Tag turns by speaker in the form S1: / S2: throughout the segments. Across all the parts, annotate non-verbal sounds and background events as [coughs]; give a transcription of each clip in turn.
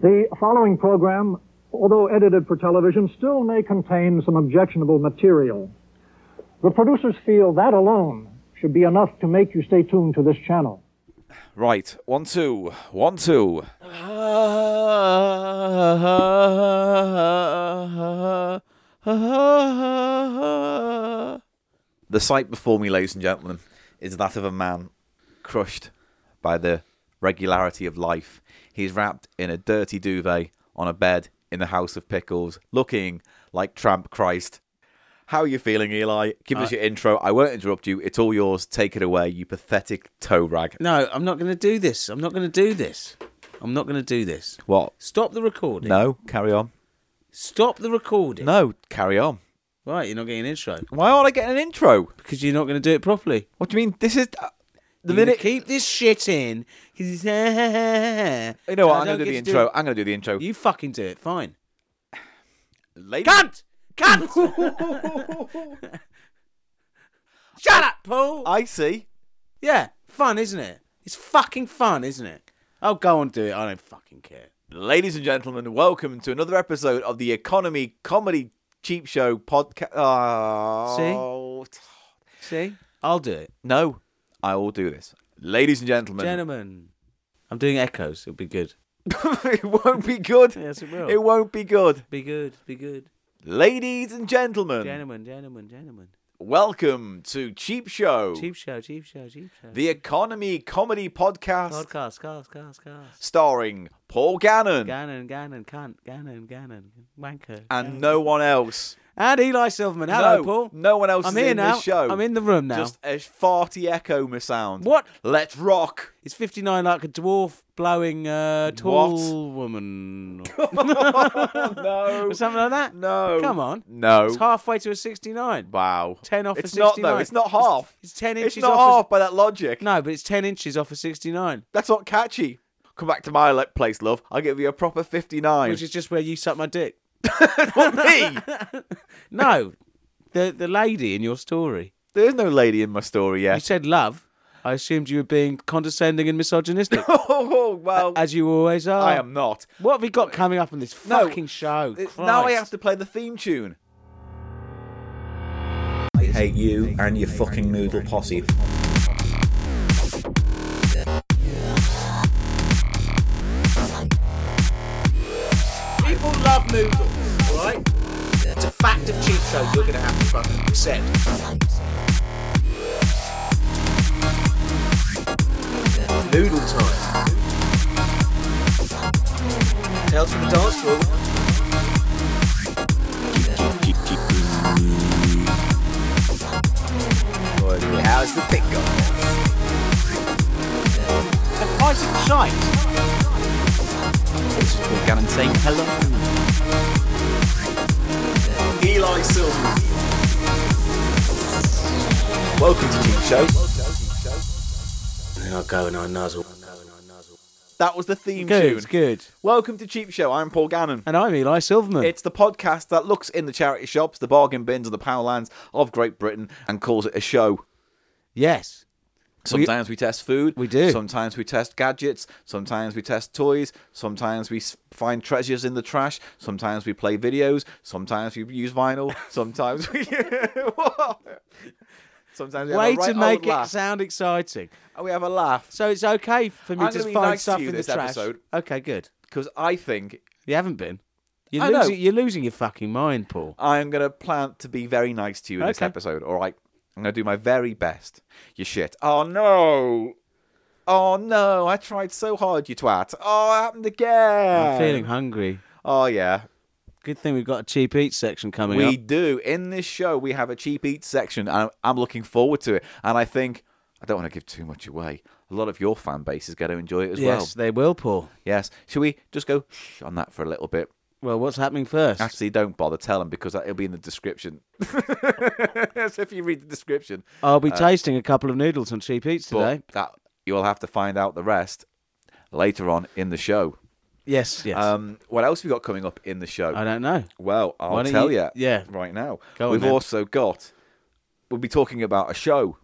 S1: The following program, although edited for television, still may contain some objectionable material. The producers feel that alone should be enough to make you stay tuned to this channel.
S2: Right, one, two, one, two. The sight before me, ladies and gentlemen, is that of a man crushed by the regularity of life. He's wrapped in a dirty duvet on a bed in the House of Pickles, looking like Tramp Christ. How are you feeling, Eli? Give us your intro. I won't interrupt you. It's all yours. Take it away, you pathetic toe rag.
S3: No, I'm not going to do this. I'm not going to do this. I'm not going to do this.
S2: What?
S3: Stop the recording.
S2: No, carry on.
S3: Stop the recording.
S2: No, carry on.
S3: Right, you're not getting an intro
S2: Why aren't I getting an intro?
S3: because you're not going to do it properly.
S2: What do you mean? This is uh, the
S3: You're gonna
S2: minute.
S3: keep this shit in [laughs] because it's.
S2: You know
S3: I
S2: what? I'm
S3: don't
S2: gonna do the
S3: get to
S2: intro.
S3: it.
S2: I'm gonna do the intro.
S3: You fucking do it. Fine.
S2: Ladies-
S3: Cunt! Cunt! [laughs] Shut up, Paul.
S2: I see.
S3: Yeah, fun, isn't it? It's fucking fun, isn't it? Oh, go on, do it. I don't fucking care.
S2: Ladies and gentlemen, welcome to another episode of the Economy Comedy Cheap Show podcast. Oh,
S3: See, I'll do it,
S2: No, I will do this. Ladies and gentlemen,
S3: gentlemen. I'm doing echoes. It'll be good.
S2: [laughs] it won't be good.
S3: Yes, it will.
S2: It won't be good.
S3: Be good. Be good.
S2: Ladies and gentlemen,
S3: Gentlemen, gentlemen, gentlemen.
S2: welcome to Cheap Show,
S3: Cheap show, cheap show, cheap show.
S2: Oh. the Economy Comedy Podcast,
S3: podcast, cast, cast, cast.
S2: starring Paul Gannon
S3: Gannon, Gannon, cunt, Gannon, Gannon, wanker.
S2: and no one else.
S3: and Eli Silverman. Hello,
S2: Ah. no,
S3: Paul.
S2: No one else
S3: I'm
S2: is
S3: here
S2: in
S3: now.
S2: this show.
S3: I'm in the room now.
S2: Just a farty echo my sound.
S3: What?
S2: Let's
S3: [laughs]
S2: rock.
S3: It's 59 like a dwarf blowing uh, tall woman. Or
S2: No.
S3: something like
S2: [laughs]
S3: that.
S2: no.
S3: Oh, Come on.
S2: No.
S3: It's halfway to a 69.
S2: Wow.
S3: 10 off
S2: It's
S3: a
S2: not
S3: 69.
S2: though. It's not half.
S3: It's, 10 inches
S2: It's not
S3: off. a-
S2: half by that logic.
S3: no, but it's 10 inches off a 69,
S2: That's not catchy. Come back to my le- place, love. I'll give you a proper 59.
S3: which is just where you suck my dick.
S2: Not [laughs] me.
S3: No, the the lady in your story.
S2: There's no lady in my story
S3: You
S2: yet.
S3: said love. I assumed you were being condescending and
S2: [laughs]
S3: misogynistic,
S2: [laughs] oh, well,
S3: as you always are.
S2: I am not.
S3: What have we got coming up on this
S2: No,
S3: fucking show?
S2: It's- Now I
S3: Oh, Christ.
S2: have to play the theme tune. I hate you and your fucking noodle posse.
S4: People love noodles, right? It's a fact of cheap show you're gonna have to fucking accept. Noodle time. Tales from the dance floor. How's the pick going? The price of shite. This is Paul Gannon saying hello. Eli Silver. Welcome to Cheap Show.
S2: That was the theme tune.
S3: Good, good.
S2: Welcome to Cheap Show. I'm Paul Gannon.
S3: And I'm Eli Silverman.
S2: It's the podcast that looks in the charity shops, the bargain bins, and the power lands of Great Britain and calls it a show.
S3: yes.
S2: Sometimes we, test food.
S3: We do.
S2: Sometimes we test gadgets. Sometimes we test toys. Sometimes we s- find treasures in the trash. Sometimes we play videos. Sometimes we use
S3: [laughs]
S2: vinyl. Sometimes we. [laughs] sometimes we
S3: Way
S2: have a right
S3: to
S2: old
S3: make it
S2: laugh.
S3: sound exciting.
S2: And we have a laugh
S3: So it's okay for me
S2: I'm
S3: to
S2: gonna be
S3: find
S2: nice to
S3: stuff
S2: you
S3: in
S2: this
S3: the trash.
S2: episode.
S3: Okay, good.
S2: because I think
S3: You haven't been. You're
S2: I know.
S3: losing, You're losing your fucking mind, Paul.
S2: I am going to plan to be very nice to you in this
S3: Okay.
S2: episode. All right, I'm going to do my very best. You shit. Oh no. Oh no, I tried so hard, you twat. Oh, it happened again.
S3: I'm feeling hungry.
S2: Oh yeah.
S3: Good thing we've got a cheap eat section coming
S2: We
S3: up.
S2: do. In this show, we have a cheap eats section, and I'm- I'm looking forward to it. And I think I don't want to give too much away. A lot of your fan base is going to enjoy it as
S3: Yes,
S2: well.
S3: they will, Paul.
S2: Yes. Should we just go shh on that for a little bit?
S3: Well, what's happening first?
S2: Actually, don't bother. Tell them because it'll be in the description. [laughs] so if you read the description,
S3: I'll be tasting a couple of noodles on Cheap Eats
S2: but
S3: today.
S2: that you'll have to find out the rest later on in the show.
S3: Yes, yes.
S2: Um, what else have we got coming up in the show?
S3: I don't know.
S2: Well, I'll
S3: don't
S2: tell
S3: you-
S2: you,
S3: yeah.
S2: right now.
S3: Go on
S2: We've
S3: then.
S2: also got. We'll be talking about a show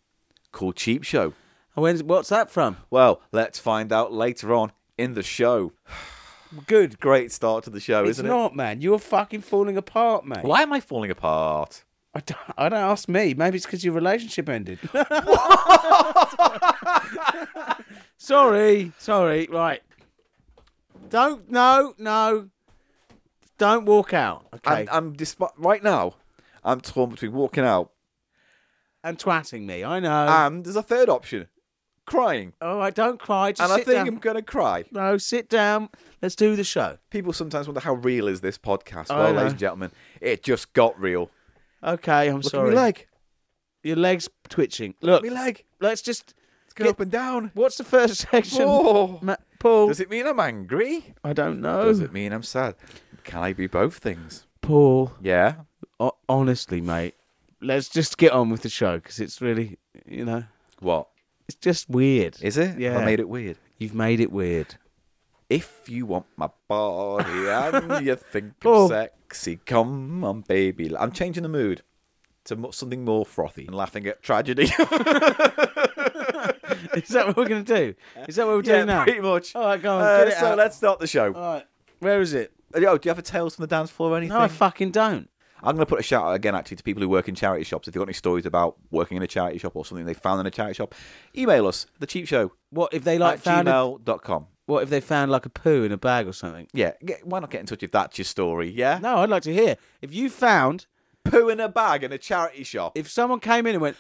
S2: called Cheap Show.
S3: When's, what's that from?
S2: Well, let's find out later on in the show. [sighs]
S3: good.
S2: Great start to the show,
S3: It's
S2: isn't
S3: not, man. You're fucking falling apart, mate.
S2: it? Why am I falling apart?
S3: I don't, I don't ask me. Maybe it's because your relationship ended. [laughs] sorry, sorry. Right. Don't. No, no. Don't walk out. Okay.
S2: I'm, I'm despi- right now. I'm torn between walking out
S3: and twatting me. I know.
S2: and there's a third option, crying.
S3: All right, don't cry. Just
S2: And I
S3: sit
S2: think
S3: down.
S2: I'm gonna cry.
S3: No, sit down. Let's do the show.
S2: People sometimes wonder how real is this podcast.
S3: I
S2: Well,
S3: know.
S2: ladies and gentlemen, it just got real.
S3: Okay, I'm
S2: Look
S3: sorry.
S2: at me leg.
S3: Your legs twitching. Look,
S2: Me leg.
S3: let's just.
S2: It's going
S3: Get-
S2: up and down.
S3: What's the first [laughs] section?
S2: Oh.
S3: Ma- Paul.
S2: Does it mean I'm angry?
S3: I don't know.
S2: Does it mean I'm sad? Can I be both things?
S3: Paul.
S2: Yeah.
S3: Ho- honestly, mate, let's just get on with the show because it's really, you know,
S2: What
S3: it's just weird.
S2: is it?
S3: Yeah.
S2: I made it weird.
S3: You've made it weird.
S2: If you want my
S3: [laughs]
S2: body and you think I'm
S3: Oh.
S2: sexy, come on, baby. I'm changing the mood to mo- something more frothy and laughing at tragedy.
S3: [laughs]
S2: [laughs]
S3: Is that what we're going to do? Is [laughs] that what we're
S2: yeah,
S3: doing now?
S2: pretty much.
S3: All right, go on.
S2: Uh,
S3: get it
S2: so
S3: out.
S2: let's start the show.
S3: All right. Where is it?
S2: Yo, do you have a Tales from the Dance Floor or anything?
S3: No, I fucking don't.
S2: I'm going to put a shout out again, actually, to people who work in charity shops. If you've got any stories about working in a charity shop or something they found in a charity shop, email us, thecheapshow
S3: What if they like
S2: at
S3: found? A,
S2: gmail.com.
S3: what if they found like a poo in a bag or something?
S2: Yeah, get, why not get in touch if that's your story, yeah?
S3: No, I'd like to hear if you found
S2: Poo in a bag in a charity shop.
S3: if someone came in and went.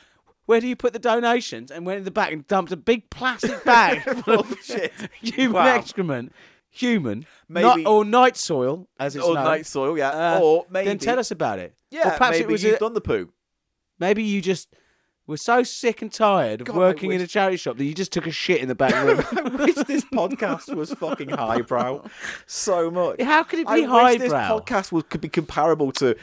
S3: Where do you put the donations? And went in the back and dumped a big
S2: [laughs]
S3: plastic bag full
S2: Full
S3: of
S2: of shit.
S3: human
S2: Wow.
S3: excrement, human,
S2: Maybe-
S3: not, or night soil, as it's
S2: Or
S3: known.
S2: night soil, yeah.
S3: Uh,
S2: or maybe.
S3: Then tell us about it.
S2: Yeah,
S3: or perhaps
S2: maybe
S3: it was
S2: you've
S3: a-
S2: done the poo.
S3: maybe you just were so sick and tired of
S2: God, I
S3: working in
S2: wish-
S3: a charity shop that you just took a shit in
S2: [laughs]
S3: the back room.
S2: I wish this podcast was fucking highbrow so much.
S3: How could it
S2: I
S3: be
S2: wish this
S3: highbrow?
S2: podcast was, could be comparable to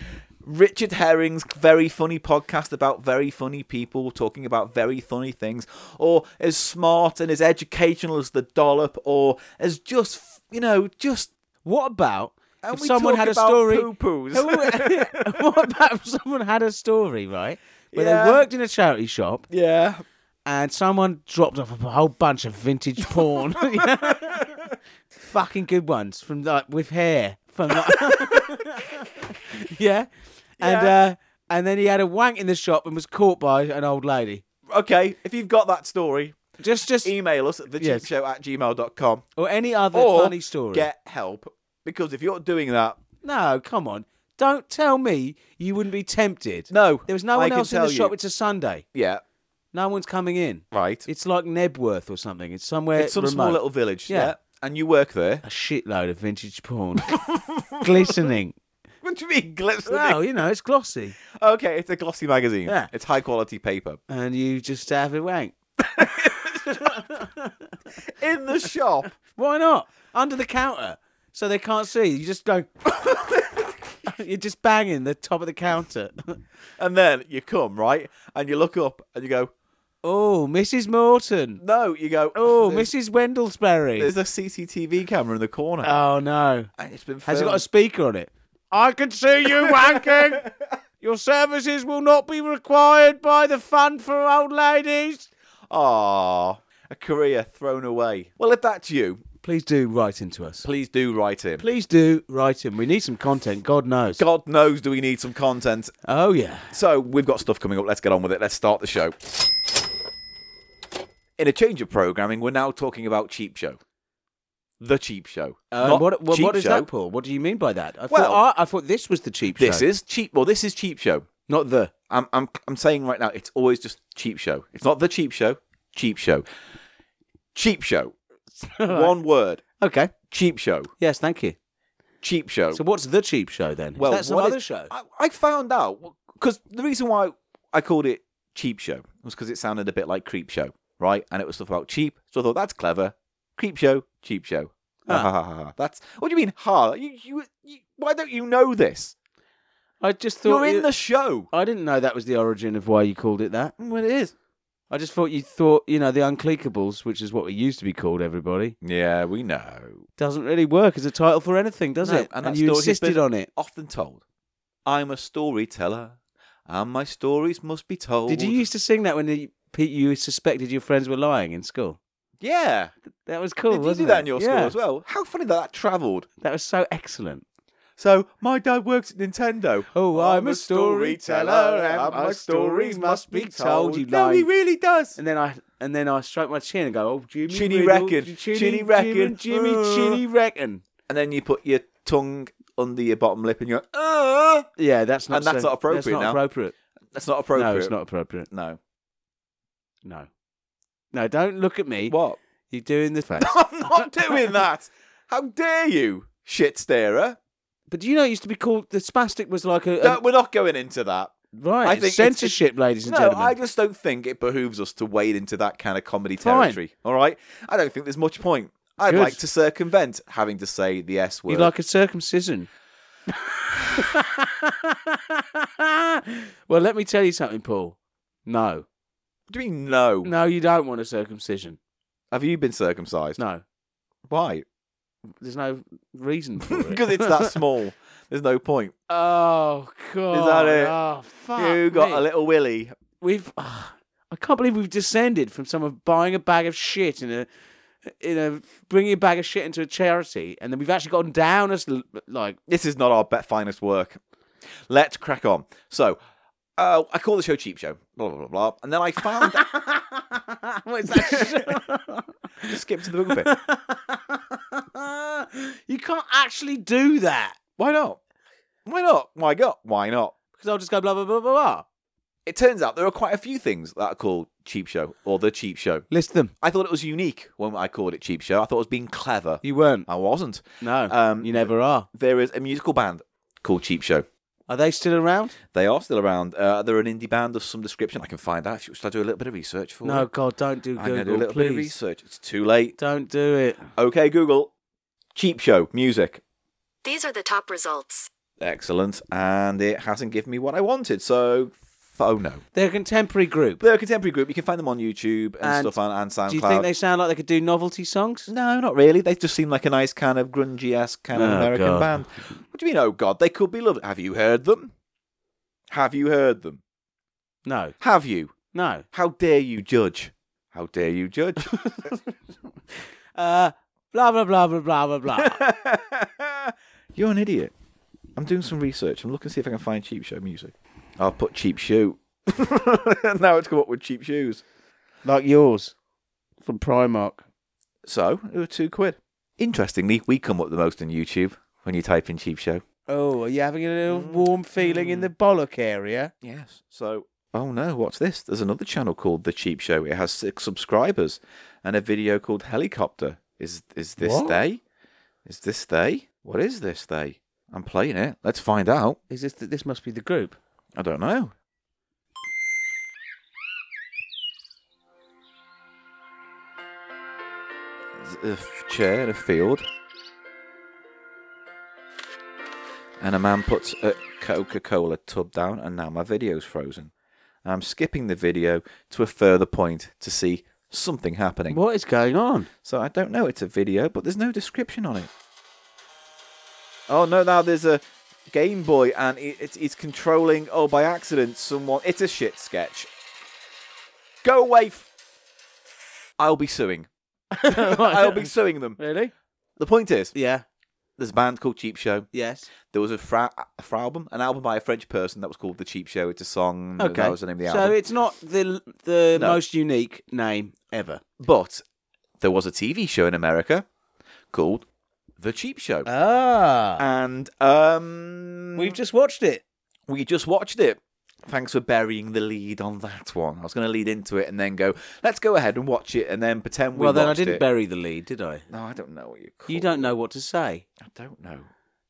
S2: Richard Herring's very funny podcast about very funny people talking about very funny things, or as smart and as educational as the dollop, or as just you know just.
S3: [laughs] what about
S2: And
S3: if
S2: we
S3: someone
S2: talk
S3: had a
S2: about
S3: story? [laughs]
S2: poo-poos.
S3: what about if someone had a story right where
S2: Yeah.
S3: they worked in a charity shop
S2: [laughs] Yeah,
S3: and someone dropped off a whole bunch of
S2: [laughs]
S3: vintage porn, fucking good ones from like with hair from like,
S2: [laughs]
S3: yeah, and
S2: Yeah.
S3: uh, and then he had a wank in the shop and was caught by an old lady.
S2: okay. If you've got that story,
S3: Just just
S2: email us at
S3: Yes.
S2: thecheapshow at gmail.com
S3: or any other
S2: or
S3: funny story.
S2: get help. Because if you're doing that,
S3: No, come on. Don't tell me you wouldn't be tempted.
S2: no,
S3: There was no
S2: I
S3: one
S2: can
S3: else in the
S2: tell you.
S3: shop. It's a Sunday.
S2: Yeah,
S3: No one's coming in.
S2: right.
S3: It's like Nebworth or something. It's somewhere
S2: It's some
S3: remote.
S2: small little village.
S3: Yeah.
S2: yeah, and you work there.
S3: [laughs] a shitload of vintage porn. [laughs] Glistening.
S2: What do you mean glistening?
S3: Well, you know, it's glossy.
S2: Okay, it's a glossy magazine.
S3: Yeah.
S2: It's high quality
S3: [laughs]
S2: paper.
S3: And you just have a wank.
S2: In the shop.
S3: Why not? Under the counter. So they can't see. You just go [laughs] You're just banging the top of the counter.
S2: [laughs]
S3: [laughs]
S2: And then you come, right? And you look up and you go,
S3: oh, Mrs. Morton.
S2: no, you go,
S3: Oh,
S2: there's,
S3: Mrs. Wendelsberry.
S2: there's a CCTV camera in the corner.
S3: Oh no.
S2: and it's been
S3: Has it
S2: filmed.
S3: got a speaker on it? I can see you wanking. Your services will not be required by the fund for old ladies.
S2: Aw, Ah, a career thrown away. Well, if that's you,
S3: Please do write into us.
S2: please do write in.
S3: Please do write in. We need some content. God knows.
S2: God knows, do we need some content?
S3: Oh yeah.
S2: So we've got stuff coming up. Let's get on with it. Let's start the show. In a change of programming, we're now talking about Cheap Show. The Cheap Show.
S3: Uh,
S2: Not
S3: what what,
S2: Cheap
S3: what is
S2: Show.
S3: that, Paul? What do you mean by that? I
S2: Well-
S3: thought I, I thought this was the cheap show.
S2: This is cheap. Well, this is cheap show. [laughs]
S3: not the.
S2: I'm, I'm, I'm saying right now, it's always just cheap show. It's not the cheap show. Cheap show. Cheap show. One word.
S3: [laughs] Okay.
S2: Cheap show.
S3: Yes, thank you.
S2: Cheap show.
S3: So what's the cheap show then?
S2: well,
S3: is that some
S2: what
S3: other
S2: is-
S3: show?
S2: I, I found out because the reason why I called it cheap show was because it sounded a bit like creep show, right? And it was stuff about cheap. So I thought that's clever. Creep show. Cheap show. Ha,
S3: Ah.
S2: ha, ha, ha, ha. That's what do you mean? Ha! You, you, you, why don't you know this?
S3: I just thought
S2: You're in
S3: you-
S2: the show.
S3: [laughs] I didn't know that was the origin of why you called it that.
S2: Well, it is.
S3: I just thought you thought, you know, the unclickables, which is what we used to be called, everybody,
S2: Yeah, we know.
S3: doesn't really work as a title for anything, does
S2: No,
S3: it?
S2: and
S3: And,
S2: that
S3: you
S2: story has
S3: insisted
S2: been-
S3: on it.
S2: often told. I'm a storyteller, and my stories must be told.
S3: Did you used to sing that when you, Pete, you suspected your friends were lying in school?
S2: Yeah.
S3: That was cool.
S2: Did you
S3: wasn't
S2: do
S3: it?
S2: that in your school
S3: Yeah.
S2: as well? How funny that that travelled.
S3: That was so excellent.
S2: So, my dad works at Nintendo.
S3: Oh, I'm a storyteller, and my stories must be told. You
S2: No, he
S3: lying.
S2: really does.
S3: And then I and then I stroke my chin and go, oh, Jimmy,
S2: Chinny
S3: Riddle,
S2: reckon,
S3: Jimmy,
S2: chinny
S3: Jimmy,
S2: reckon,
S3: Jimmy,
S2: uh."
S3: Chinny reckon.
S2: And then you put your tongue under your bottom lip and you go, uh,
S3: Yeah, that's not.
S2: And that's
S3: so-
S2: not appropriate
S3: That's not
S2: now.
S3: appropriate.
S2: that's not appropriate.
S3: No, it's not appropriate. [laughs]
S2: No.
S3: No, no, don't look at me.
S2: What?
S3: You're doing the face.
S2: [laughs] I'm not doing that. How dare you, shit starer?
S3: [laughs] but do you know it used to be called the spastic was like a, a-
S2: No, we're not going into that.
S3: right
S2: I
S3: it's
S2: think it's- it's-
S3: censorship, ladies and
S2: No,
S3: gentlemen.
S2: I just don't think it behooves us to wade into that kind of comedy
S3: Fine.
S2: territory. All right, I don't think there's much point. I'd
S3: Good.
S2: like to circumvent having to say the S word.
S3: You'd like
S2: [laughs]
S3: a circumcision. well, let me tell you something, Paul. No,
S2: Do you mean no?
S3: no, you don't want a circumcision.
S2: Have you been circumcised?
S3: No,
S2: [laughs] Why?
S3: there's no reason for
S2: [laughs]
S3: it.
S2: Because it's that small. There's no point.
S3: Oh god!
S2: it?
S3: Oh fuck!
S2: you got
S3: me.
S2: a little willy.
S3: We've. ah, I can't believe we've descended from someone buying a bag of shit in a, in a bringing a bag of shit into a charity, and then we've actually gotten down as l-
S2: [laughs]
S3: like
S2: This is not our be- finest work. Let's crack on. So, uh, I call the show Cheap Show. Blah blah blah. blah. And then I found.
S3: what is [laughs] that?
S2: Skip to the book a bit.
S3: shit? you can't actually do that
S2: Why not? Why not? Why not? Why not?
S3: because I'll just go blah blah blah blah blah.
S2: It turns out there are quite a few things that are called Cheap Show or The Cheap Show.
S3: List them.
S2: I thought it was unique when I called it Cheap Show. I thought it was being clever.
S3: You weren't.
S2: I wasn't.
S3: No,
S2: Um,
S3: you never are.
S2: There is a musical band called Cheap Show.
S3: Are they still around?
S2: They are still around. Uh, they're an indie band of some description. I can find out. Should I do a little bit of research for
S3: No,
S2: you?
S3: God, don't do
S2: I'm going to do a
S3: Google,
S2: little bit of
S3: please.
S2: research. It's too late.
S3: Don't do it.
S2: Okay, Google. Cheap Show music.
S5: These are the top results.
S2: Excellent. And it hasn't given me what I wanted. So, f- oh no.
S3: They're a contemporary group.
S2: They're a contemporary group. You can find them on YouTube and,
S3: And
S2: stuff on and SoundCloud.
S3: Do you think they sound like they could do novelty songs?
S2: No, not really. They just seem like a nice kind of grungy ass kind of
S3: Oh,
S2: American
S3: God.
S2: band. What do you mean? Oh God, they could be lovely. Have you heard them? Have you heard them?
S3: No,
S2: Have you?
S3: no.
S2: How dare you judge? How dare you judge?
S3: Uh, blah blah blah blah blah blah blah.
S2: [laughs] You're an idiot. I'm doing some research. I'm looking to see if I can find cheap show music. I'll put cheap shoe. [laughs] now it's come up with cheap shoes.
S3: [laughs] like yours from Primark.
S2: So it was two quid. Interestingly, we come up the most on YouTube when you type in cheap show.
S3: Oh, are you having a little warm feeling in the bollock area?
S2: Yes. So, oh no, what's this? There's another channel called The Cheap Show. It has six subscribers and a video called Helicopter. Is is this
S3: What?
S2: they? Is this they? What is this they? I'm playing it. Let's find out.
S3: Is this? The, this must be the group.
S2: I don't know. There's A f- chair in a field. And a man puts a Coca Cola tub down, and now my video's frozen. I'm skipping the video to a further point to see something happening.
S3: What is going [laughs] on?
S2: So I don't know it's a video, but there's no description on it. Oh no! Now there's a Game Boy, and he- it's he's controlling. Oh, by accident, someone. It's a shit sketch. Go away! F- I'll be suing. I'll
S3: [laughs]
S2: be suing them.
S3: really?
S2: The point is,
S3: Yeah.
S2: there's a band called Cheap Show.
S3: Yes.
S2: There was a fra- a fra album, an album by a French person that was called The Cheap Show. It's a song.
S3: Okay.
S2: That was the name of the
S3: so
S2: album.
S3: it's not the the
S2: No.
S3: most unique name ever.
S2: But there was a TV show in America called The Cheap Show.
S3: Ah,
S2: and um
S3: we've just watched it.
S2: we just watched it. Thanks for burying the lead on that one. I was going to lead into it and then go, let's go ahead and watch it and then pretend we
S3: well, then I
S2: watched
S3: didn't
S2: it.
S3: bury the lead, did I?
S2: No, I don't know what you call
S3: You don't know what to say.
S2: I don't know.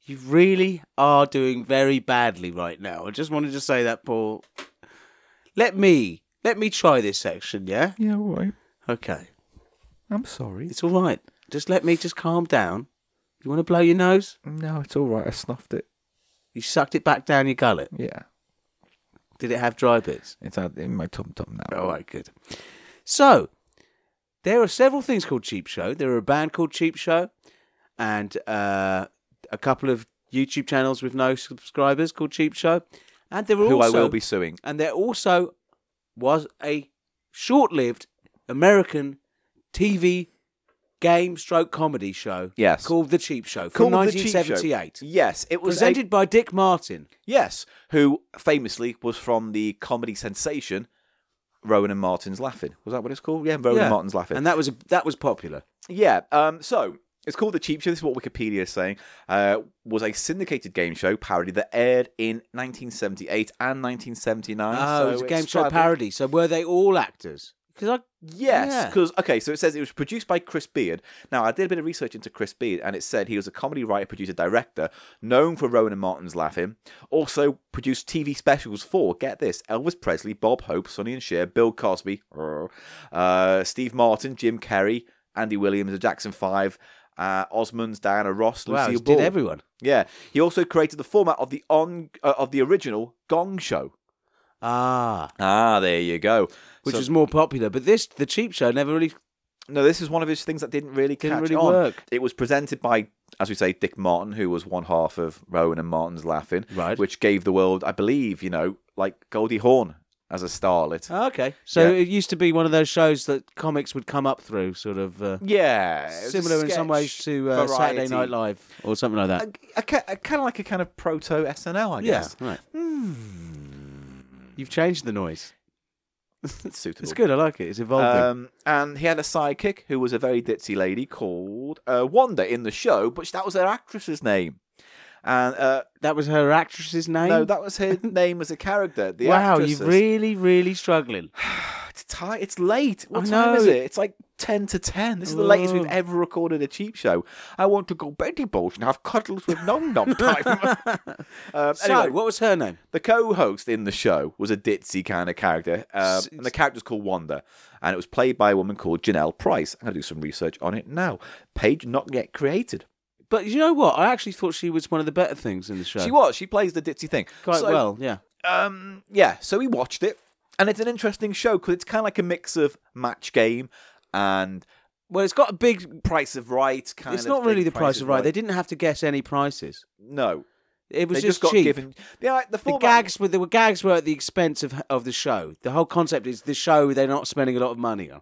S3: You really are doing very badly right now. I just wanted to say that, Paul. Let me let me try this section, yeah?
S2: Yeah, all right.
S3: Okay.
S2: I'm sorry.
S3: It's all right. Just let me just calm down. You want to blow your nose?
S2: No, it's all right. I snuffed it.
S3: You sucked it back down your gullet.
S2: Yeah.
S3: Did it have dry bits?
S2: It's out in my tum tum now.
S3: All right, good. So, there are several things called Cheap Show. There are a band called Cheap Show, and uh, a couple of YouTube channels with no subscribers called Cheap Show, and there were
S2: Who I
S3: also
S2: will be suing.
S3: and there also was a short-lived American TV game stroke comedy show
S2: Yes.
S3: called The Cheap Show from
S2: Called The Cheap Show.
S3: 1978.
S2: Yes, it was a-
S3: Presented by Dick Martin.
S2: yes, who famously was from the comedy sensation Rowan and Martin's Laughing. Was that what it's called? Yeah, Rowan
S3: Yeah.
S2: and Martin's Laughing.
S3: And that was, that was popular.
S2: Yeah. Um, so it's called The Cheap Show. This is what Wikipedia is saying. Uh, was a syndicated game show parody that aired in 1978 and 1979.
S3: Oh,
S2: so
S3: it was a
S2: it's
S3: game show
S2: slightly-
S3: parody. So were they all actors? Because I
S2: Yes,
S3: Yeah.
S2: because okay, so it says it was produced by Chris Beard. Now I did a bit of research into Chris Beard, and it said he was a comedy writer, producer, director, known for Rowan and Martin's Laughing. Also produced TV specials for get this: Elvis Presley, Bob Hope, Sonny and Cher, Bill Cosby, uh, Steve Martin, Jim Carrey, Andy Williams, The Jackson Five, uh, Osmonds, Diana Ross,
S3: wow,
S2: Lucille
S3: he
S2: Ball.
S3: did everyone.
S2: yeah, he also created the format of the on uh, of the original Gong Show.
S3: Ah,
S2: Ah, there you go.
S3: which
S2: So-
S3: was more popular. But this, The Cheap Show, never really
S2: No, this is one of his things that didn't really
S3: Didn't
S2: catch
S3: really
S2: on.
S3: work.
S2: It was presented by, as we say, Dick Martin, who was one half of Rowan and Martin's Laughing,
S3: Right.
S2: which gave the world, I believe, you know, like Goldie Hawn as a starlet.
S3: Oh, okay. So
S2: Yeah.
S3: it used to be one of those shows that comics would come up through, sort of uh,
S2: yeah, it was a
S3: similar in some
S2: sketch
S3: ways to uh, Saturday
S2: variety.
S3: Night Live or something like that.
S2: A, kind of like a kind of proto SNL, I
S3: yeah,
S2: guess.
S3: right. You've changed the noise.
S2: Hmm. It's suitable.
S3: It's good. I like it. It's evolving.
S2: Um, and he had a sidekick who was a very ditzy lady called uh, Wanda in the show, but that was her actress's name. And uh,
S3: that was her actress's name.
S2: no, that was
S3: [laughs]
S2: her name as a character. The
S3: wow,
S2: actress's.
S3: you're really, really struggling.
S2: [sighs] It's ti It's late. What
S3: I
S2: time is
S3: know.
S2: it? It's like ten to ten. This is the latest we've
S3: Ugh.
S2: ever recorded a cheap show. I want to go Betty Bosch and have cuddles with Nom Nom [laughs] time. um, anyway,
S3: So, what was her name?
S2: the co-host in the show was a ditzy kind of character, um,
S3: S-
S2: and the character's called Wanda, and it was played by a woman called Janelle Price. I'm gonna do some research on it now. Page not yet created.
S3: But you know what? I actually thought she was one of the better things in the show.
S2: She was. She plays the ditzy thing
S3: quite
S2: So,
S3: well. Yeah.
S2: um, yeah, so we watched it, and it's an interesting show because it's kind of like a mix of match game and
S3: Well, it's got a big.
S2: Price of Right kind
S3: It's
S2: of
S3: not really
S2: thing,
S3: the price of right. They didn't have to guess any prices.
S2: No,
S3: It was
S2: they
S3: just,
S2: just, got
S3: cheap.
S2: given. Yeah, the,
S3: the
S2: format-
S3: gags were the gags were at the expense of of the show. The whole concept is the show they're not spending a lot of money on.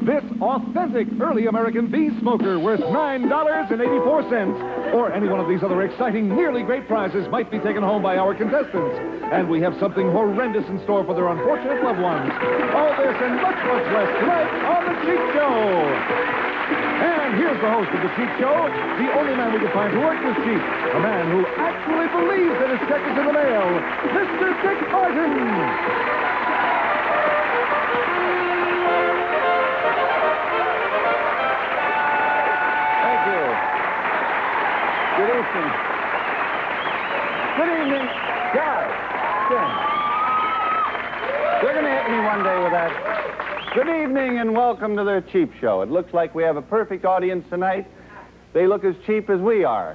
S6: This authentic early American bee smoker worth $9.84 or any one of these other exciting, nearly great prizes might be taken home by our contestants. And we have something horrendous in store for their unfortunate loved ones. All this and much, much less tonight on The Cheap Show. And here's the host of The Cheap Show, the only man we could find who worked with cheap, a man who actually believes that his check is in the mail, Mr. Dick Martin.
S7: Thank you. Good evening. Good evening, guys. Yeah. You're going to hit me one day with that. Good evening and welcome to the Cheap Show. It looks like we have a perfect audience tonight. They look as cheap as we are.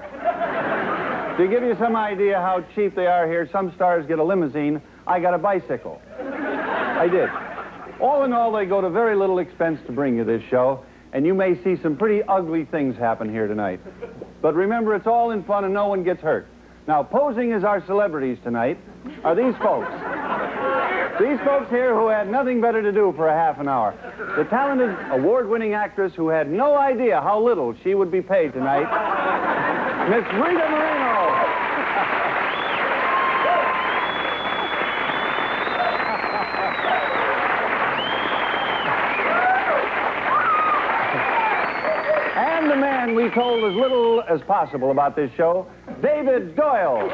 S7: to give you some idea how cheap they are here, some stars get a limousine. I got a bicycle. I did. All in all, they go to very little expense to bring you this show, and you may see some pretty ugly things happen here tonight. But remember, it's all in fun and no one gets hurt. Now, posing as our celebrities tonight are these folks. These folks here who had nothing better to do for a half an hour. The talented, award winning actress who had no idea how little she would be paid tonight, Miss Rita Moreno. And the man we told as little as possible about this show, David Doyle.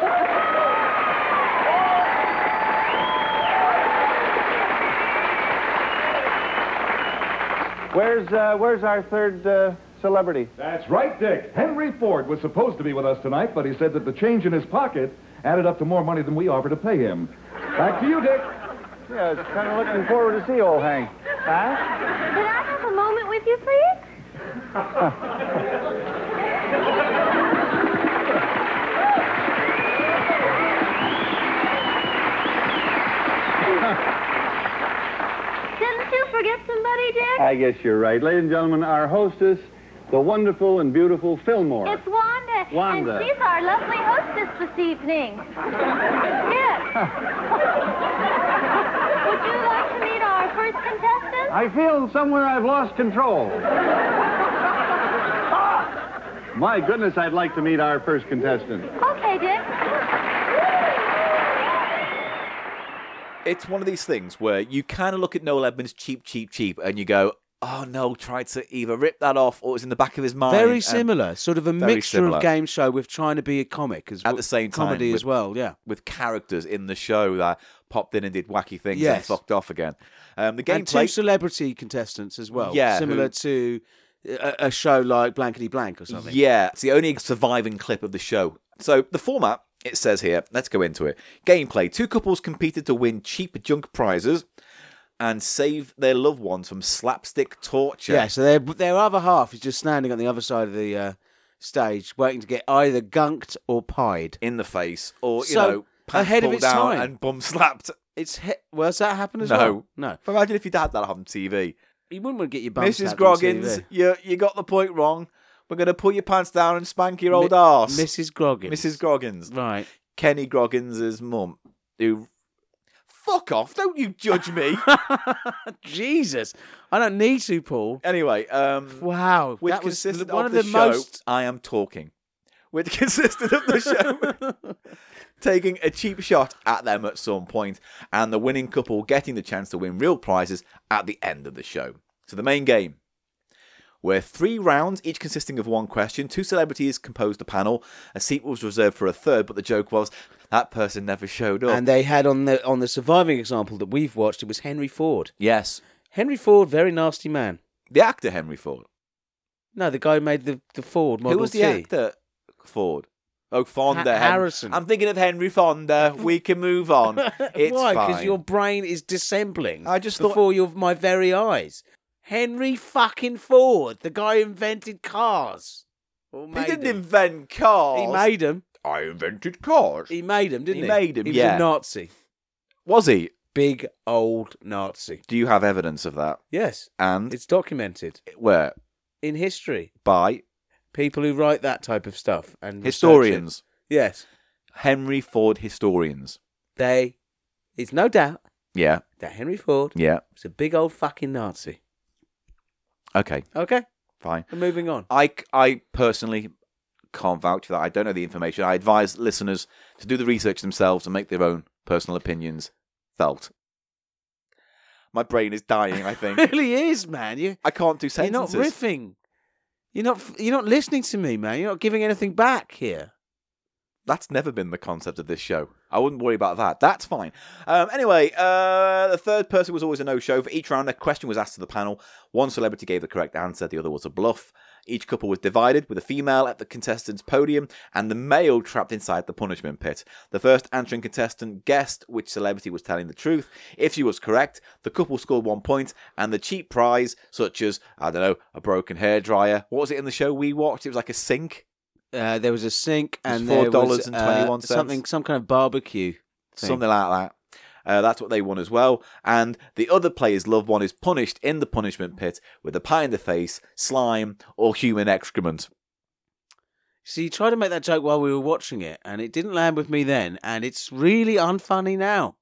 S7: Where's, uh, where's our third uh, celebrity?
S6: That's right, Dick. Henry Ford was supposed to be with us tonight, but he said that the change in his pocket added up to more money than we offered to pay him. Back to you, Dick.
S7: Yeah, it's kind of looking forward to see old Hank. Huh?
S8: Could I have a moment with you, please? Didn't you forget somebody, Dick?
S7: I guess you're right. Ladies and gentlemen, our hostess, the wonderful and beautiful Fillmore.
S8: It's Wanda.
S7: Wanda.
S8: And she's our lovely hostess this evening. Yes. Would you like to meet our first contestant?
S7: I feel somewhere I've lost control. Ah! My goodness, I'd like to meet our first contestant.
S8: Okay, Dick.
S2: It's one of these things where you kind of look at Noel Edmonds cheap, cheap, cheap, and you go, oh no, tried to either rip that off or it's in the back of his mind.
S3: Very
S2: and
S3: similar, sort of a
S2: um, very
S3: mixture
S2: similar.
S3: of game show with trying to be a comic as
S2: At
S3: well-
S2: the same time
S3: comedy as
S2: with-
S3: well. Yeah,
S2: With characters in the show that popped in and did wacky things and
S3: Yes.
S2: fucked off again. Um, the
S3: and two
S2: gameplay.
S3: celebrity contestants as well.
S2: Yeah,
S3: similar
S2: who-
S3: to uh, a, a show like Blankety Blank or something.
S2: Yeah, it's the only surviving clip of the show. So the format, it says here, let's go into it. Gameplay two couples competed to win cheap junk prizes and save their loved ones from slapstick torture.
S3: Yeah, so their their other half is just standing on the other side of the uh, stage, waiting to get either gunked or pied.
S2: In the face, or, you
S3: So,
S2: know, pants
S3: ahead of
S2: pulled
S3: its
S2: down
S3: time.
S2: and bum slapped.
S3: It's he- well, has that happened as
S2: No.
S3: well? No,
S2: But imagine if your dad had that on TV.
S3: you wouldn't want to get your bum
S2: Mrs.
S3: slapped on TV.
S2: Groggins, you, you got the point wrong. We're going to pull your pants down and spank your old
S3: Mi-
S2: arse.
S3: Mrs. Groggins,
S2: Mrs. Groggins.
S3: right?
S2: Kenny Groggins' mum, who. Fuck off, don't you judge me.
S3: Jesus, I don't need to, Paul.
S2: anyway, um,
S3: Wow,
S2: which
S3: that was
S2: consisted
S3: one
S2: of
S3: of,
S2: the,
S3: the
S2: show,
S3: most.
S2: I am talking. Which [laughs] consisted of the show
S3: [laughs]
S2: taking a cheap shot at them at some point, and the winning couple getting the chance to win real prizes at the end of the show. So the main game. Where three rounds, each consisting of one question, two celebrities composed a panel. A seat was reserved for a third, but the joke was that person never showed up.
S3: And they had on the on the surviving example that we've watched. It was Henry Ford.
S2: yes,
S3: Henry Ford, very nasty man.
S2: the actor Henry Ford.
S3: No, the guy who made the, the Ford Model
S2: Who was the
S3: T.
S2: actor? Ford. Oh, Fonda.
S3: Ha-
S2: Hen-
S3: Harrison.
S2: I'm thinking of Henry
S3: [laughs]
S2: Fonda. We can move on. It's
S3: Why?
S2: Because
S3: your brain is dissembling.
S2: I just thought-
S3: before your my very eyes. Henry fucking Ford, the guy who invented cars. Or
S2: He
S3: made
S2: didn't
S3: them.
S2: invent cars.
S3: He made them.
S2: I invented cars.
S3: He made them, didn't
S2: He
S3: he?
S2: made 'em,
S3: He was
S2: yeah.
S3: a Nazi,
S2: Was he?
S3: big old Nazi.
S2: Do you have evidence of that?
S3: Yes,
S2: And
S3: it's documented
S2: where?
S3: in history.
S2: By
S3: People who write that type of stuff and research it.
S2: historians.
S3: Yes,
S2: Henry Ford historians.
S3: they. It's no doubt
S2: Yeah,
S3: that Henry Ford
S2: yeah.
S3: was a big old fucking Nazi.
S2: Okay,
S3: Okay,
S2: fine.
S3: we're moving [laughs] on.
S2: I, c- I personally can't vouch for that. I don't know the information. I advise listeners to do the research themselves and make their own personal opinions felt. My brain is dying, I think.
S3: [laughs] It really is, man. You
S2: I can't do sentences.
S3: You're not riffing. You're not. f- You're not listening to me, man. You're not giving anything back here.
S2: That's never been the concept of this show. I wouldn't worry about that. That's fine. Um, anyway, uh, the third person was always a no-show. For each round, a question was asked to the panel. One celebrity gave the correct answer. The other was a bluff. Each couple was divided, with the female at the contestant's podium and the male trapped inside the punishment pit. The first answering contestant guessed which celebrity was telling the truth. If she was correct, the couple scored one point, and the cheap prize, such as I don't know, a broken hairdryer. What was it in the show we watched? It was like a sink.
S3: Uh, there was a sink
S2: was
S3: and there was
S2: $4.21.
S3: uh, something, some kind of barbecue. thing.
S2: something like that. Uh, that's what they won as well. And the other player's loved one is punished in the punishment pit with a pie in the face, slime, or human excrement.
S3: So you tried to make that joke while we were watching it, and it didn't land with me then, and it's really unfunny now.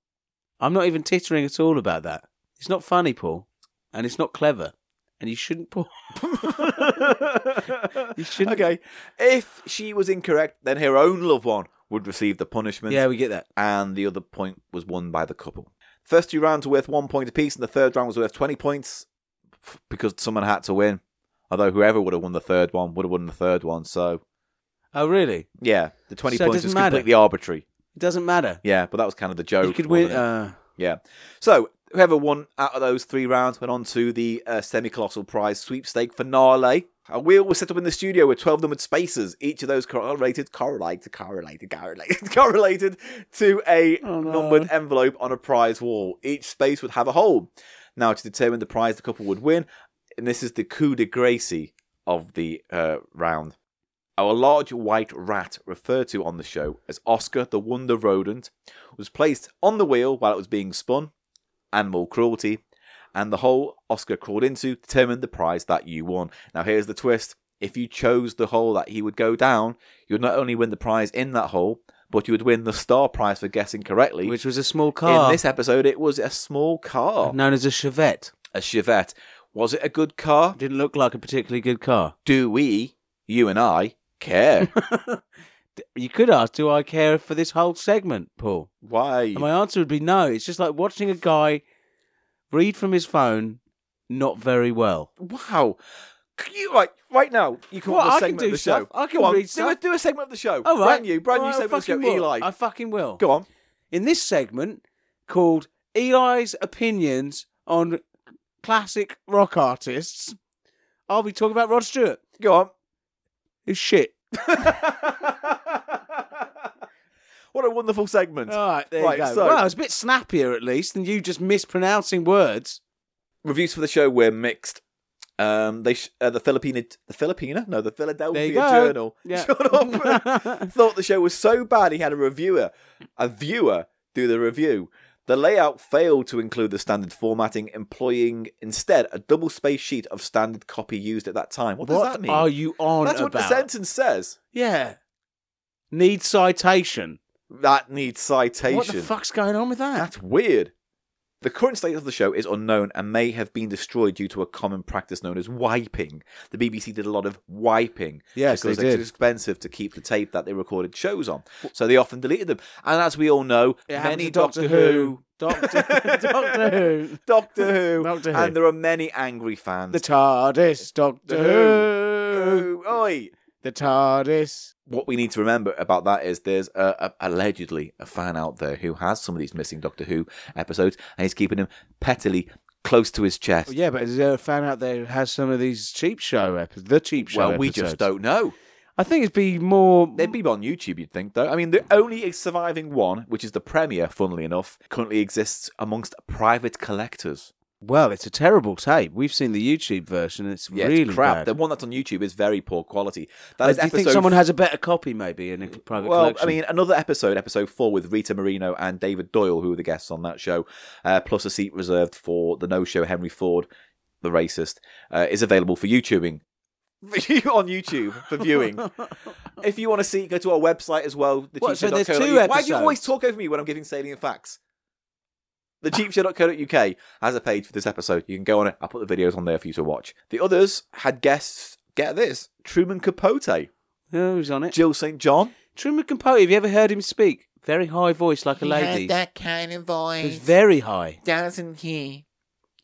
S3: I'm not even tittering at all about that. It's not funny, Paul, and it's not clever, and you shouldn't, Paul. you shouldn't.
S2: Okay. If she was incorrect, then her own loved one would receive the punishment.
S3: Yeah, we get that.
S2: and the other point was won by the couple. First two rounds were worth one point apiece, and the third round was worth 20 points f- because someone had to win. Although whoever would have won the third one would have won the third one. So,
S3: Oh, really?
S2: yeah, the 20
S3: So it
S2: points
S3: doesn't
S2: was
S3: matter.
S2: completely arbitrary.
S3: It doesn't matter.
S2: Yeah, but that was kind of the joke.
S3: you could
S2: wasn't
S3: win.
S2: it?
S3: Uh,
S2: Yeah. So whoever won out of those three rounds went on to the uh, semi-colossal prize sweepstake finale. A wheel was set up in the studio with 12 numbered spaces. Each of those correlated, correlated, correlated, correlated, [laughs] correlated to a numbered envelope on a prize wall. Each space would have a hole. Now, to determine the prize the couple would win, and this is the coup de grace of the uh, round. Our large white rat, referred to on the show as Oscar the Wonder Rodent, was placed on the wheel while it was being spun. Animal cruelty. And the hole Oscar crawled into determined the prize that you won. Now, here's the twist if you chose the hole that he would go down, you would not only win the prize in that hole, but you would win the star prize for guessing correctly.
S3: uh, which was a small car
S2: in this episode, it was a small car,
S3: known as a Chevette.
S2: a Chevette. Was it a good car?
S3: Didn't look like a particularly good car.
S2: Do we, you and I,
S3: [laughs]
S2: care?
S3: You could ask, do I care for this whole segment, Paul?
S2: Why?
S3: And my answer would be no. It's just like watching a guy read from his phone, not very well.
S2: Wow. Can you like right now? You can
S3: What?
S2: do a
S3: I can
S2: segment
S3: do
S2: of the show.
S3: stuff. I can
S2: Go on,
S3: read
S2: do
S3: stuff.
S2: A, do a segment of the show.
S3: All right,
S2: brand new, brand
S3: All
S2: new
S3: right, I
S2: segment of the show.
S3: fucking will.
S2: Eli,
S3: I fucking will.
S2: go on.
S3: In this segment called Eli's opinions on classic rock artists, I'll be talking about Rod Stewart.
S2: Go
S3: [laughs]
S2: on.
S3: It's shit.
S2: what a wonderful segment.
S3: All right, there
S2: Right,
S3: you go.
S2: so-
S3: well, it's a bit snappier at least than you just mispronouncing words.
S2: Reviews for the show were mixed. Um, they sh- uh, the Filipina, the Filipina, no, the
S3: There
S2: Philadelphia
S3: you go. [laughs]
S2: Journal. [laughs]
S3: Yeah.
S2: Shut
S3: [laughs]
S2: up. thought the show was so bad he had a reviewer, a viewer, do the review. The layout failed to include the standard formatting, employing instead a double space sheet of standard copy used at that time. What, does that mean?
S3: are you on
S2: That's what
S3: about?
S2: the sentence says.
S3: yeah. Need citation.
S2: That needs citation.
S3: What the fuck's going on with that?
S2: That's weird. The current state of the show is unknown and may have been destroyed due to a common practice known as wiping. The BBC did a lot of wiping.
S3: Yes,
S2: because
S3: they did.
S2: It's expensive to keep the tape that they recorded shows on, so they often deleted them. And as we all know, many Doctor, Who,
S3: Doctor, [laughs] Doctor Who.
S2: Doctor Who,
S3: [laughs] Doctor Who.
S2: and there are many angry fans.
S3: The TARDIS, Doctor
S2: Who,
S3: Who.
S2: oi!
S3: The TARDIS.
S2: What we need to remember about that is there's a, a, allegedly a fan out there who has some of these missing Doctor Who episodes, and he's keeping them pettily close to his chest.
S3: Oh, Yeah, but is there a fan out there who has some of these cheap show episodes? The cheap show
S2: Well, we just
S3: episodes?
S2: don't know.
S3: I think it'd be more.
S2: They'd be on YouTube, you'd think, though. I mean, the only surviving one, which is the premiere, funnily enough, currently exists amongst private collectors.
S3: Well, it's a terrible tape. We've seen the YouTube version. It's
S2: Yeah, it's
S3: really
S2: crap.
S3: bad.
S2: The one that's on YouTube is very poor quality. That
S3: Uh,
S2: is
S3: do you think
S2: episode
S3: someone has a better copy, maybe, in a private
S2: Well,
S3: collection?
S2: I mean, another episode, episode four, with Rita Marino and David Doyle, who were the guests on that show, uh, plus a seat reserved for the no-show Henry Ford, the racist, uh, is available for YouTubing. [laughs] on YouTube for
S3: [laughs]
S2: viewing. if you want to see, go to our website as well. The
S3: What, so there's two
S2: Why do you
S3: episodes?
S2: always talk over me when I'm giving salient facts? TheCheapShow.co.uk has a page for this episode. You can go on it. I'll put the videos on there for you to watch. The others had guests. Get this: Truman Capote,
S3: Who's on it?
S2: Jill St. John,
S3: Truman Capote. Have you ever heard him speak? Very high voice, like a lady.
S9: that kind of
S3: It's
S9: voice,
S3: very high.
S9: doesn't he?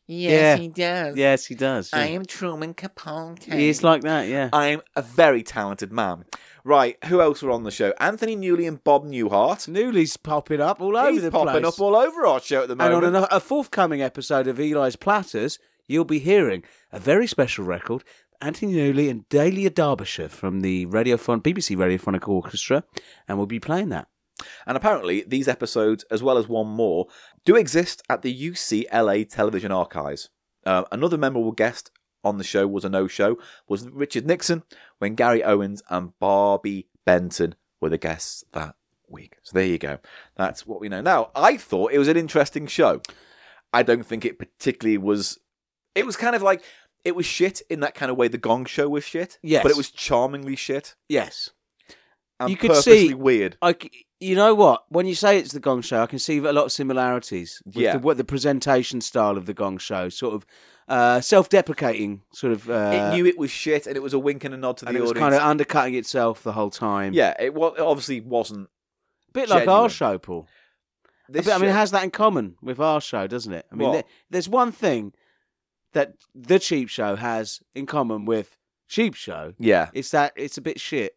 S3: Yes, Yeah. he
S9: does.
S3: Yes, he does. yeah.
S9: am Truman Capote.
S3: He's like that, yeah.
S2: I'm a very talented man. Right, who else were on the show? Anthony Newley and Bob Newhart.
S3: Newly's popping up all over
S2: He's
S3: the
S2: popping
S3: place.
S2: up all over our show at the
S3: and
S2: moment.
S3: on ano- a forthcoming episode of Eli's Platters, you'll be hearing a very special record. Anthony Newley and Dahlia Derbyshire from the Radiophon- BBC Radiophonic Orchestra, and we'll be playing that.
S2: And apparently, these episodes, as well as one more, do exist at the UCLA Television Archives. Uh, another memorable guest on the show was a no-show was Richard Nixon when Gary Owens and Barbie Benton were the guests that week. So there you go. That's what we know now. I thought it was an interesting show. I don't think it particularly was. It was kind of like it was shit in that kind of way. The Gong Show was shit,
S3: Yes.
S2: but it was charmingly shit
S3: Yes.
S2: and
S3: You could
S2: purposely
S3: see-
S2: weird.
S3: I, c- you know what? When you say it's the Gong Show, I can see a lot of similarities. With
S2: Yeah.
S3: The, what the presentation style of the Gong Show, sort of uh, self-deprecating, sort of. Uh,
S2: it knew it was shit, and it was a wink and a nod to the
S3: and it was
S2: audience.
S3: kind of undercutting itself the whole time.
S2: Yeah, it, wa- it obviously wasn't.
S3: bit like our
S2: genuine.
S3: show, Paul.
S2: This
S3: but, I mean, it
S2: show-
S3: has that in common with our show, doesn't it? I mean,
S2: What?
S3: there- there's one thing that the Cheap Show has in common with Cheap Show. [laughs]
S2: yeah,
S3: It's that it's a bit shit.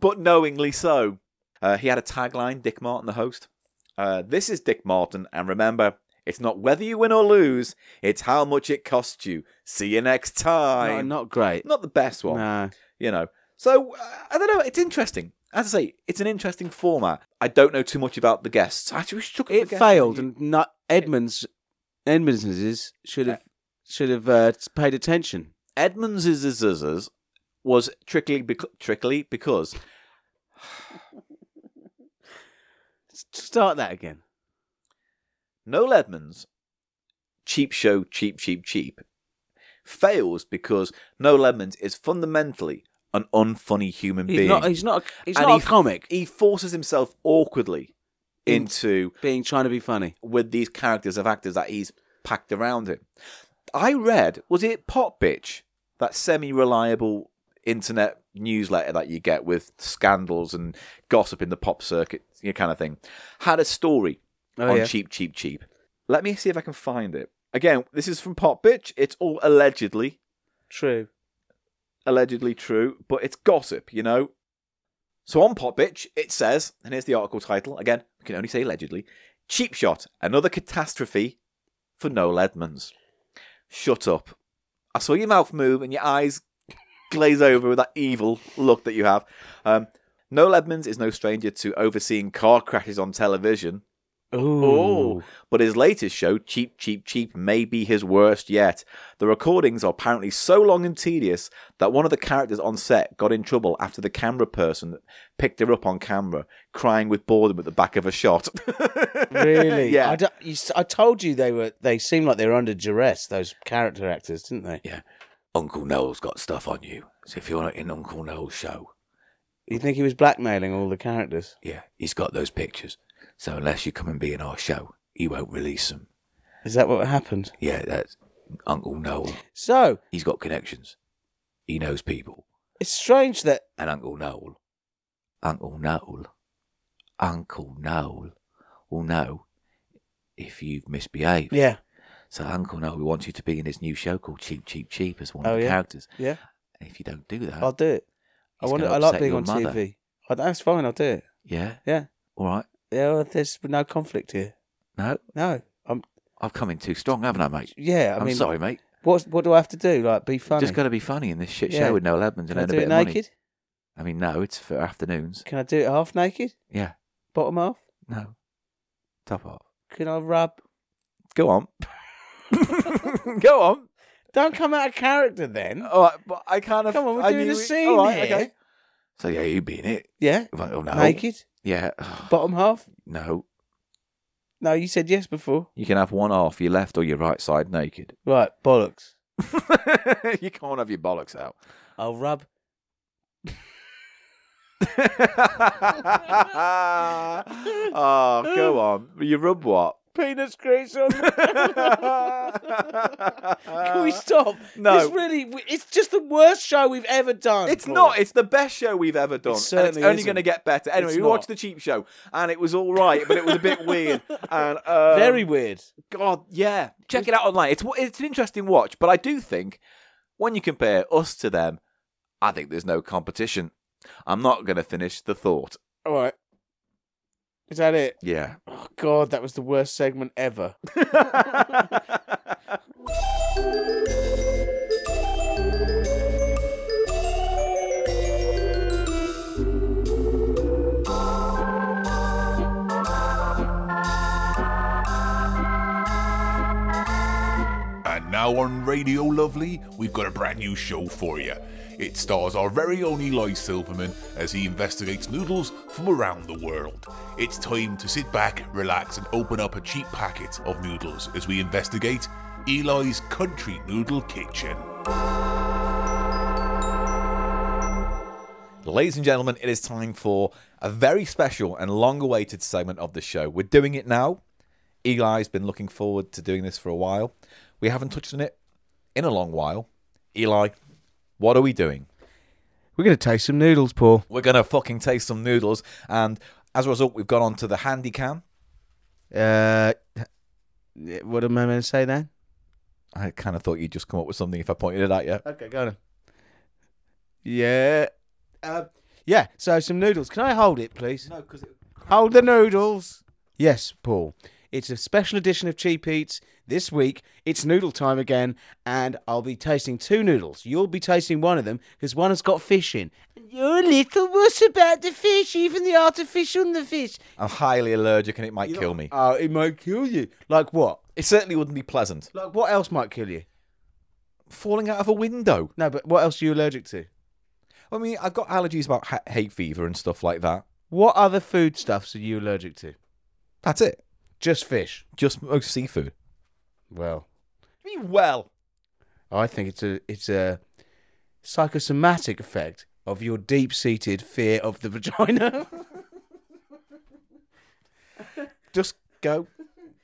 S2: but knowingly so. Uh, he had a tagline, Dick Martin, the host. Uh, this is Dick Martin, and remember, it's not whether you win or lose, it's how much it costs you. See you next
S3: No,
S2: time.
S3: not great.
S2: Not the best one,
S3: no.
S2: you know. So, uh, I don't know, it's interesting. As I say, it's an interesting format. I don't know too much about the guests. Actually, we should look at the
S3: It
S2: guests.
S3: failed, and not Edmonds, Edmonds's should have should have uh, paid attention.
S2: Edmonds' was trickily, bec- trickily because
S3: S- Start that again.
S2: Noel Edmonds, cheap show, cheap, cheap, cheap, fails because Noel Edmonds is fundamentally an unfunny human
S3: He's
S2: being.
S3: not. He's not. A, he's
S2: And
S3: not
S2: he-
S3: a comic. Hmm.
S2: he forces himself awkwardly into
S3: Being trying to be funny.
S2: with these characters of actors that he's packed around him. I read, was it Pop Bitch, that semi reliable internet newsletter that you get with scandals and gossip in the pop circuit, you know, kind of thing, had a story
S3: Oh,
S2: on
S3: yeah.
S2: Cheap, Cheap, Cheap. Let me see if I can find it. Again, this is from Pop Bitch. It's all allegedly,
S3: True.
S2: allegedly true, but it's gossip, you know? So on Pop Bitch, it says, and here's the article title. Again, we can only say allegedly. Cheap shot, another catastrophe for Noel Edmonds. Shut up. I saw your mouth move and your eyes glaze over with that evil look that you have. Um, Noel Edmonds is no stranger to overseeing car crashes on television.
S3: Ooh.
S2: But his latest show, Cheap, Cheap, Cheap, may be his worst yet. The recordings are apparently so long and tedious that one of the characters on set got in trouble after the camera person picked her up on camera, crying with boredom at the back of a shot.
S10: [laughs]
S2: [laughs]
S3: Really?
S2: Yeah.
S3: I, don't- you s- I told you they were. They seemed like they were under duress. Those character actors, didn't they? Yeah.
S10: Uncle Noel's got stuff on you. So if you're not in Uncle Noel's show,
S3: You think he was blackmailing all the characters?
S10: yeah, he's got those pictures. So unless you come and be in our show, he won't release them.
S3: Is that what happened?
S10: Yeah, that's Uncle Noel.
S3: So
S10: He's got connections. He knows people.
S3: it's strange that
S10: And Uncle Noel, Uncle Noel, Uncle Noel will know if you've misbehaved.
S3: yeah,
S10: So Uncle Noel wants you to be in his new show called Cheap, Cheap, Cheap as one
S3: Oh,
S10: of the
S3: yeah?
S10: characters.
S3: Yeah.
S10: And if you don't do that,
S3: I'll do it.
S10: Uh,
S3: I
S10: he's
S3: want.
S10: gonna
S3: I like
S10: upset
S3: being
S10: your
S3: on
S10: mother.
S3: TV. I, that's fine. I'll do it.
S10: yeah,
S3: Yeah.
S10: all right.
S3: Yeah. Well, there's no conflict here.
S10: No,
S3: No. I'm.
S10: I've come in too strong, haven't I, mate?
S3: Yeah. I
S10: I'm
S3: mean,
S10: sorry, mate.
S3: What What do I have to do? Like, be funny.
S10: Just got to be funny in this shit
S3: Yeah.
S10: show with Noel Edmonds
S3: Can
S10: and
S3: I
S10: earn a
S3: do
S10: bit
S3: it
S10: of
S3: naked?
S10: money. I mean, no, it's for afternoons.
S3: Can I do it half naked?
S10: Yeah,
S3: Bottom half?
S10: no, top off.
S3: Can I rub?
S10: [laughs]
S2: Go on. Go on.
S3: Don't come out of character then.
S10: Oh,
S2: All right, but Oh, I kind of.
S3: Come on, we're
S2: I
S3: doing
S2: knew
S3: a
S2: we-
S3: scene
S2: all right,
S3: here.
S2: okay.
S10: So yeah, you being it?
S3: Yeah.
S2: oh,
S10: Well, no,
S3: Naked?
S2: [sighs]
S10: Yeah,
S3: Bottom half?
S10: no.
S3: No, you said yes before.
S2: You can have one half, your left or your right side naked. [laughs]
S3: Right, bollocks.
S2: you can't have your bollocks out. [laughs]
S3: I'll rub.
S2: oh, go on. You rub what? [laughs]
S3: Peanuts grease [laughs] on. Can we stop?
S2: No.
S3: It's really, it's just the worst show we've ever done.
S2: It's
S3: Paul.
S2: not. It's the best show we've ever done.
S3: It
S2: and it's
S3: certainly
S2: only
S3: isn't.
S2: going to get better. Anyway,
S3: It's
S2: we watched
S3: not.
S2: the cheap show, and it was all right, but it was a bit
S3: [laughs]
S2: weird. And um,
S3: Very weird.
S2: God, yeah. Check it out online. It's it's an interesting watch, but I do think when you compare us to them, I think there's no competition. I'm not going to finish the thought.
S3: All right. Is that it?
S2: Yeah.
S3: Oh, God, that was the worst segment ever.
S11: And now on Radio Lovely, we've got a brand new show for you. It stars our very own Eli Silverman as he investigates noodles from around the world. It's time to sit back, relax, and open up a cheap packet of noodles as we investigate Eli's Country Noodle Kitchen.
S2: Ladies and gentlemen, it is time for a very special and long awaited segment of the show. We're doing it now. Eli's been looking forward to doing this for a while. We haven't touched on it in a long while. Eli, what are we doing?
S3: We're going to taste some noodles, Paul.
S2: We're going to fucking taste some noodles. And as a result, we've gone on to the handy cam.
S3: Uh, what am I meant to say then?
S2: I kind of thought you'd just come up with something if I pointed it at you.
S3: Okay, go on. Yeah. Uh, yeah, so some noodles. Can I hold it, please? No, because Hold the noodles. Yes, Paul. It's a special edition of Cheap Eats. This week, it's noodle time again, and I'll be tasting two noodles. You'll be tasting one of them because one has got fish in. And you're a little wuss about the fish, even the artificial and the fish.
S2: I'm highly allergic and it might kill me.
S3: Oh, it might kill you. Like what?
S2: It certainly wouldn't be pleasant.
S3: Like what else might kill you?
S2: Falling out of a window.
S3: No, but what else are you allergic to?
S2: I mean, I've got allergies about ha- hay fever and stuff like that.
S3: What other foodstuffs are you allergic to?
S2: That's it.
S3: Just fish.
S2: Just most seafood.
S3: Well,
S2: well.
S3: I think it's a it's a psychosomatic effect
S12: of your deep seated fear of the vagina. [laughs]
S3: Just
S12: go.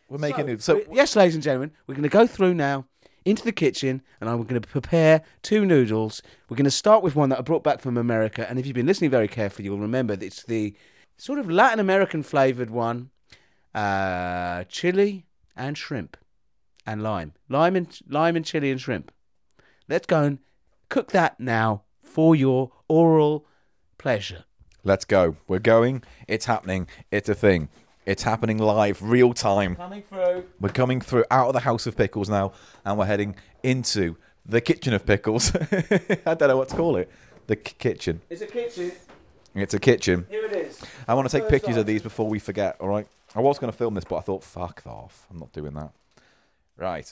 S3: We're
S12: making
S3: it. So yes, ladies and gentlemen, we're going to go through now into the kitchen, and I'm going to prepare two noodles. We're going to start with one that I brought back from America, and if you've been listening very carefully, you'll remember that it's the sort of Latin American flavored one, uh, chili and shrimp, and lime, lime and lime and chili and shrimp. Let's go and cook that now for your oral pleasure.
S2: Let's go. We're going. It's happening. It's a thing. It's happening live, real time.
S3: Coming through.
S2: We're coming through out of the House of Pickles now, and we're heading into the Kitchen of Pickles. [laughs] I don't know what to call it. The k- kitchen.
S3: It's a kitchen.
S2: It's a kitchen.
S3: Here it is.
S2: I want to take
S3: First
S2: pictures
S3: item.
S2: of these before we forget, all right? I was going to film this, but I thought, fuck off. I'm not doing that. Right.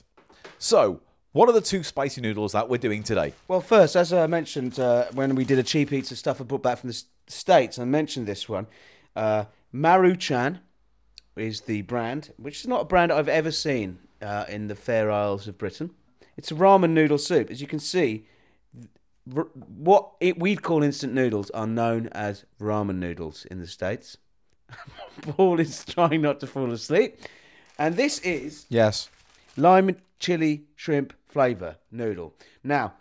S2: So, what are the two spicy noodles that we're doing today?
S3: Well, first, as I mentioned uh, when we did a cheap eats of stuff I brought back from the S- States, I mentioned this one. Uh, Maruchan is the brand, which is not a brand I've ever seen uh, in the Fair Isles of Britain. It's a ramen noodle soup. As you can see, r- what it, we'd call instant noodles are known as ramen noodles in the States. [laughs] Paul is trying not to fall asleep. And this is
S2: Yes.
S3: lime and chili shrimp flavour noodle. Now,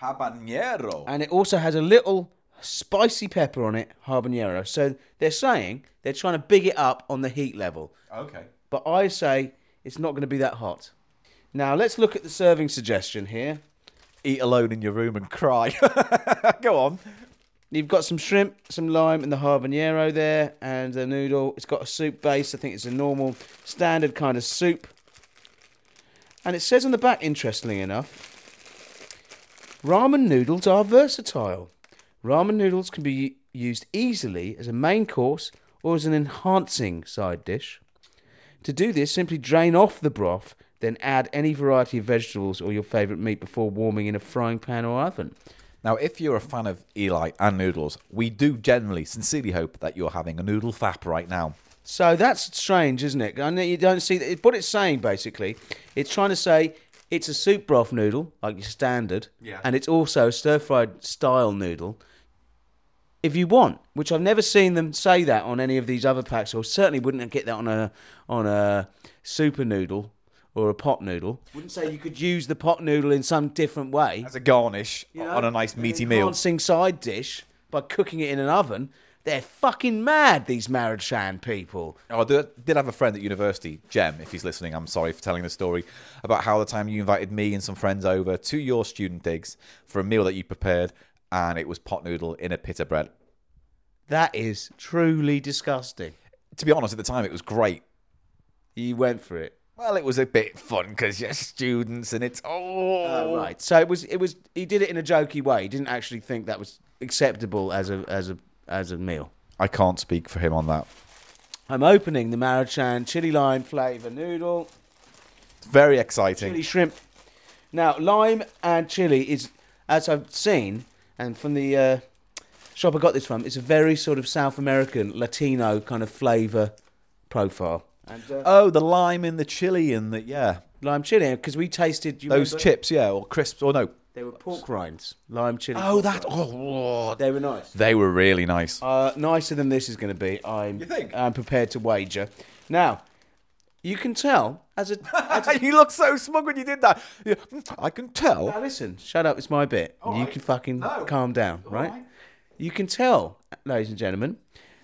S2: Habanero.
S3: and it also has a little spicy pepper on it, habanero. So they're saying they're trying to big it up on the heat level.
S2: Okay.
S3: But I say it's not going to be that hot. Now let's look at the serving suggestion here.
S2: Eat alone in your room and cry. [laughs] Go on.
S3: You've got some shrimp, some lime, and the habanero there, and the noodle. It's got a soup base. I think it's a normal, standard kind of soup. And it says on the back, interestingly enough, ramen noodles are versatile. Ramen noodles can be u- used easily as a main course or as an enhancing side dish. To do this, simply drain off the broth, then add any variety of vegetables or your favourite meat before warming in a frying pan or oven.
S2: Now, if you're a fan of Eli and noodles, we do generally sincerely hope that you're having a noodle fap right now.
S3: So that's strange, isn't it? I know you don't see that. What it's saying basically, it's trying to say it's a soup broth noodle, like your standard,
S2: Yeah.
S3: and it's also a stir fried style noodle. If you want, which I've never seen them say that on any of these other packs, or certainly wouldn't get that on a on a super noodle or a pot noodle. Wouldn't say you could use the pot noodle in some different way
S2: As a garnish
S3: you know,
S2: on a nice
S3: an
S2: meaty meal.
S3: Enhancing side dish by cooking it in an oven. They're fucking mad, these Maruchan people.
S2: Oh, I do- did have a friend at university, Jem, if he's listening, I'm sorry for telling the story, about how the time you invited me and some friends over to your student digs for a meal that you prepared, and it was pot noodle in a pita bread.
S3: That is truly disgusting.
S2: To be honest, at the time it was great.
S3: You went for it.
S2: Well, it was a bit fun because you're students and it's, oh.
S3: Oh, right. So it was. It was. He did it in a jokey way. He didn't actually think that was acceptable as a as a as a meal.
S2: I can't speak for him on that.
S3: I'm opening the Maruchan chili lime flavor noodle.
S2: It's very exciting.
S3: chili shrimp. Now, lime and chili is, as I've seen, and from the uh, shop I got this from, it's a very sort of South American Latino kind of flavour profile. And uh,
S2: Oh, the lime in the chili and the, yeah.
S3: lime chili, because we tasted you
S2: Those
S3: remember?
S2: chips, yeah, or crisps, or no.
S3: They were pork rinds, lime chili.
S2: Oh, that, oh.
S3: They were nice.
S2: They were really nice.
S3: Uh, nicer than this is going to be. I'm. You
S2: think?
S3: I'm prepared to wager. Now, you can tell as [laughs] a.
S2: [laughs]
S3: As a
S2: you look so smug when you did that. You- I can tell.
S3: Now listen, shut up. It's my bit. you can fucking calm down, right? You can tell, ladies and gentlemen,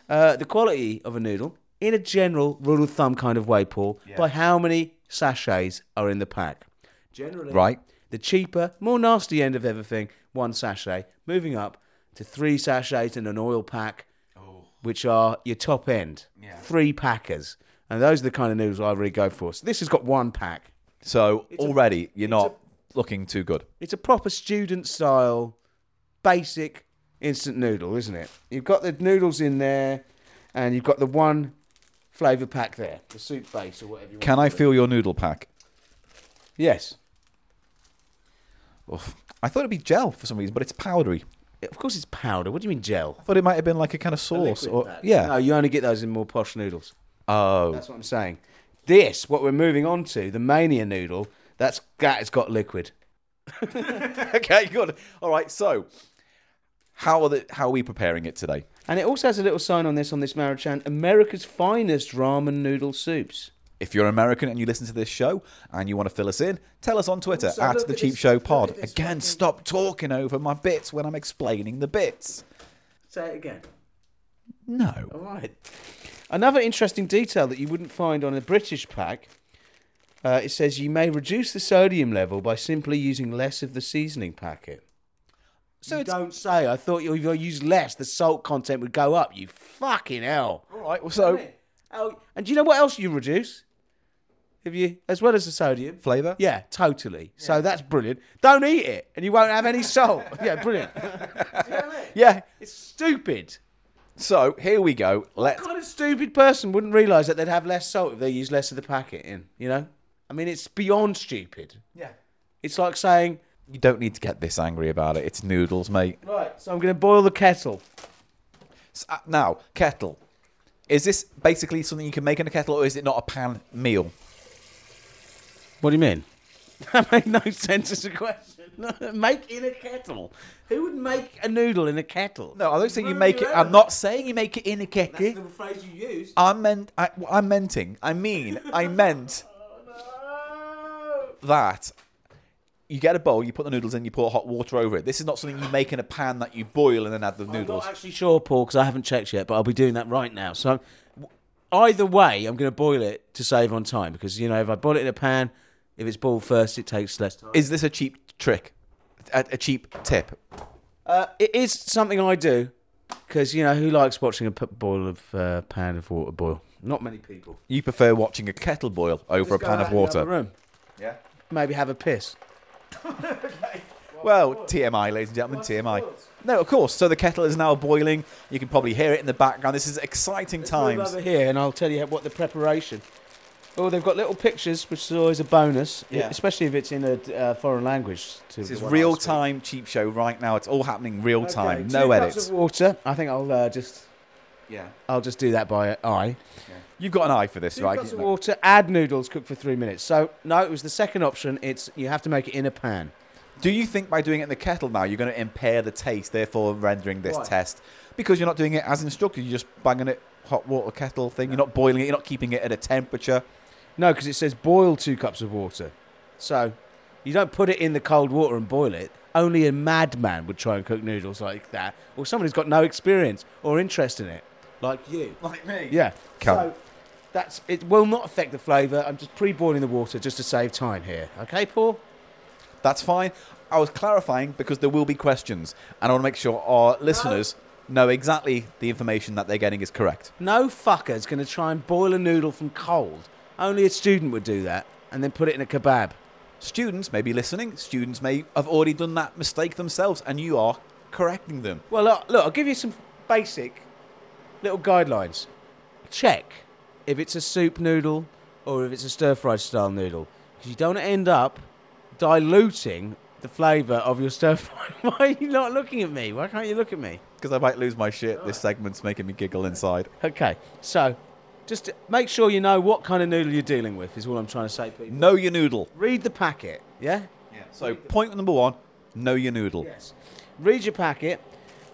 S3: uh, the quality of a noodle in a general rule of thumb kind of way, Paul, by how many sachets are in the pack. Generally,
S2: Right.
S3: The cheaper, more nasty end of everything, one sachet. Moving up to three sachets in an oil pack,
S2: Oh.
S3: which are your top end, three packers, and those are the kind of noodles I really go for. So this has got one pack.
S2: So already you're not looking too good.
S3: It's a proper student style, basic instant noodle, isn't it? You've got the noodles in there, and you've got the one flavour pack there, the soup base or whatever you want.
S2: Can I feel your noodle pack?
S3: Yes.
S2: Oof. I thought it'd be gel for some reason, but it's powdery.
S3: Of course, it's powder. What do you mean gel?
S2: I thought it might have been like a kind of sauce, or yeah.
S3: No, you only get those in more posh noodles.
S2: Oh, [laughs]
S3: That's what I'm saying. This, what we're moving on to, the mania noodle. That's that has got liquid.
S2: okay, good. All right. So, How are the, how are we preparing it today?
S13: And it also has a little sign on this on this Marichan America's finest ramen noodle soups.
S2: If you're American and you listen to this show and you want to fill us in, tell us on Twitter
S13: Also,
S2: at
S13: look
S2: the
S13: at
S2: Cheap
S13: this-
S2: Show
S13: look
S2: Pod.
S13: at this
S2: Again, stop talking over my bits when I'm explaining the bits.
S13: Say it again.
S2: No.
S13: All right. Another interesting detail that you wouldn't find on a British pack. Uh, it says you may reduce the sodium level by simply using less of the seasoning packet.
S3: So don't say. I thought you- if you use less, the salt content would go up. You fucking hell.
S2: All right. Well, so
S3: Oh, and do you know what else you reduce? Have you, as well as the sodium,
S2: flavor?
S3: Yeah, totally. So that's brilliant. Don't eat it, and you won't have any salt. [laughs] yeah,
S2: [laughs]
S3: brilliant. yeah, it's stupid.
S2: So here we go. Let's.
S3: What kind of stupid person wouldn't realise that they'd have less salt if they used less of the packet in? You know, I mean, it's beyond stupid.
S13: Yeah.
S3: It's like saying,
S2: You don't need to get this angry about it. It's noodles, mate.
S3: right, so I'm going to boil the kettle.
S2: S- uh, Now, kettle. Is this basically something you can make in a kettle, or is it not a pan meal?
S3: What do you mean? [laughs] That made no sense as a question. [laughs] make in a kettle. Who would make a noodle in a kettle?
S2: No, I don't think you
S3: Ruin
S2: make it.
S3: your
S2: I'm
S3: own.
S2: not saying you make it in a kettle.
S3: phrase you use.
S2: I'm meant. I, what I'm menting. I mean.
S3: [laughs]
S2: I meant
S3: Oh,
S2: that you get a bowl, you put the noodles in, you pour hot water over it. This is not something you make in a pan that you boil and then add the noodles.
S3: I'm actually sure, Paul, because I haven't checked yet, but I'll be doing that right now. So, w- either way, I'm going to boil it to save on time because you know if I boil it in a pan, if it's boiled first, it takes less time.
S2: Is this a cheap trick? A, a cheap tip?
S3: Uh, it is something I do because you know who likes watching a p- boil of uh, pan of water boil? Not many people.
S2: You prefer watching a kettle boil over a
S3: Let's
S2: pan
S3: go out
S2: of
S3: in the other
S2: water?
S3: room.
S2: Yeah.
S3: Maybe have a piss.
S2: Well, TMI, ladies and gentlemen, TMI. No, of course. So the kettle is now boiling. You can probably hear it in the background. This is exciting
S3: Move
S2: times.
S3: over here, and I'll tell you what the preparation. Oh, they've got little pictures, which is always a bonus,
S2: Yeah.
S3: especially if it's in a uh, foreign language. To
S2: This is
S3: the one I
S2: real
S3: speak.
S2: time cheap show right now. It's all happening real time.
S3: Okay,
S2: No
S3: two cups
S2: edits.
S3: of water. I think I'll uh, just
S2: Yeah.
S3: I'll just do that by eye.
S2: You've got an eye for this,
S3: Two
S2: right?
S3: cups of water. Add noodles. Cook for three minutes. So no, it was the second option. It's you have to make it in a pan.
S2: Do you think by doing it in the kettle now you're going to impair the taste, therefore rendering this
S3: Right.
S2: test? Because you're not doing it as instructed. You're just banging it hot water kettle thing. You're not boiling it. You're not keeping it at a temperature.
S3: No, because it says boil two cups of water. So you don't put it in the cold water and boil it. Only a madman would try and cook noodles like that, or someone who's got no experience or interest in it, like you.
S2: Like me.
S3: Yeah.
S2: Come.
S3: So that's it. Will not affect the flavour. I'm just pre-boiling the water just to save time here. Okay, Paul.
S2: That's fine. I was clarifying because there will be questions, and I want to make sure our listeners know exactly the information that they're getting is correct.
S3: No fucker's going to try and boil a noodle from cold. Only a student would do that and then put it in a kebab.
S2: Students may be listening. Students may have already done that mistake themselves, and you are correcting them.
S3: Well, look, look I'll give you some basic little guidelines. Check if it's a soup noodle or if it's a stir fried style noodle because you don't want to end up diluting the flavour of your stir [laughs] fried. Why are you not looking at me? Why can't you look at me?
S2: Because I might lose my shit. This segment's making me giggle inside.
S3: Okay, so just make sure you know what kind of noodle you're dealing with, is all I'm trying to say, people.
S2: Know your noodle.
S3: Read the packet, yeah?
S2: Yeah. So point number one: know your noodle.
S3: Yes. Read your packet,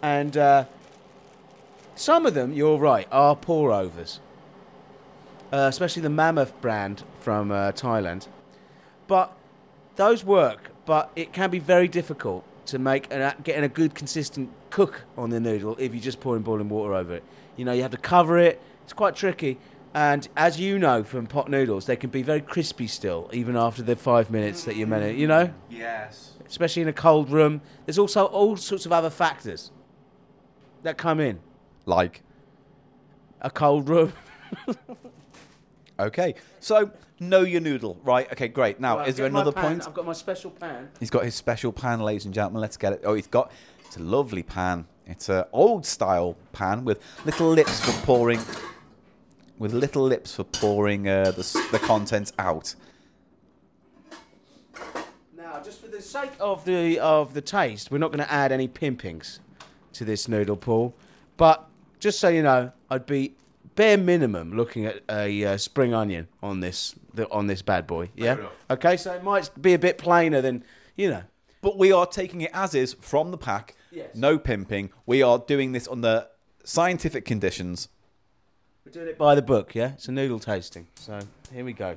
S3: and uh, some of them, you're right, are pour overs, uh, especially the Mammoth brand from uh, Thailand. But those work, but it can be very difficult to make an, getting a good, consistent cook on the noodle if you're just pouring boiling water over it. You know, you have to cover it, it's quite tricky. And as you know from pot noodles, they can be very crispy still, even after the five minutes that you're meant to, you know?
S2: Yes.
S3: especially in a cold room. There's also all sorts of other factors that come in.
S2: Like,
S3: A cold room.
S2: okay. So know your noodle, right? Okay, great. [laughs] Now,
S3: Right,
S2: is there
S3: get my
S2: another
S3: pan.
S2: point?
S3: I've got my special pan.
S2: He's got his special pan, ladies and gentlemen. Let's get it. Oh, he's got. It's a lovely pan. It's a old style pan with little lips for pouring. With little lips for pouring uh, the s- the contents out.
S3: Now, just for the sake of the of the taste, we're not going to add any pimpings to this noodle pool. But just so you know, I'd be bare minimum looking at a uh, spring onion on this the, on this bad boy. Yeah. Okay, so it might be a bit plainer than you know.
S2: But we are taking it as is from the pack Yes. No pimping. We are doing this under scientific conditions.
S3: We're doing it by the book, yeah? It's a noodle tasting. So here we go.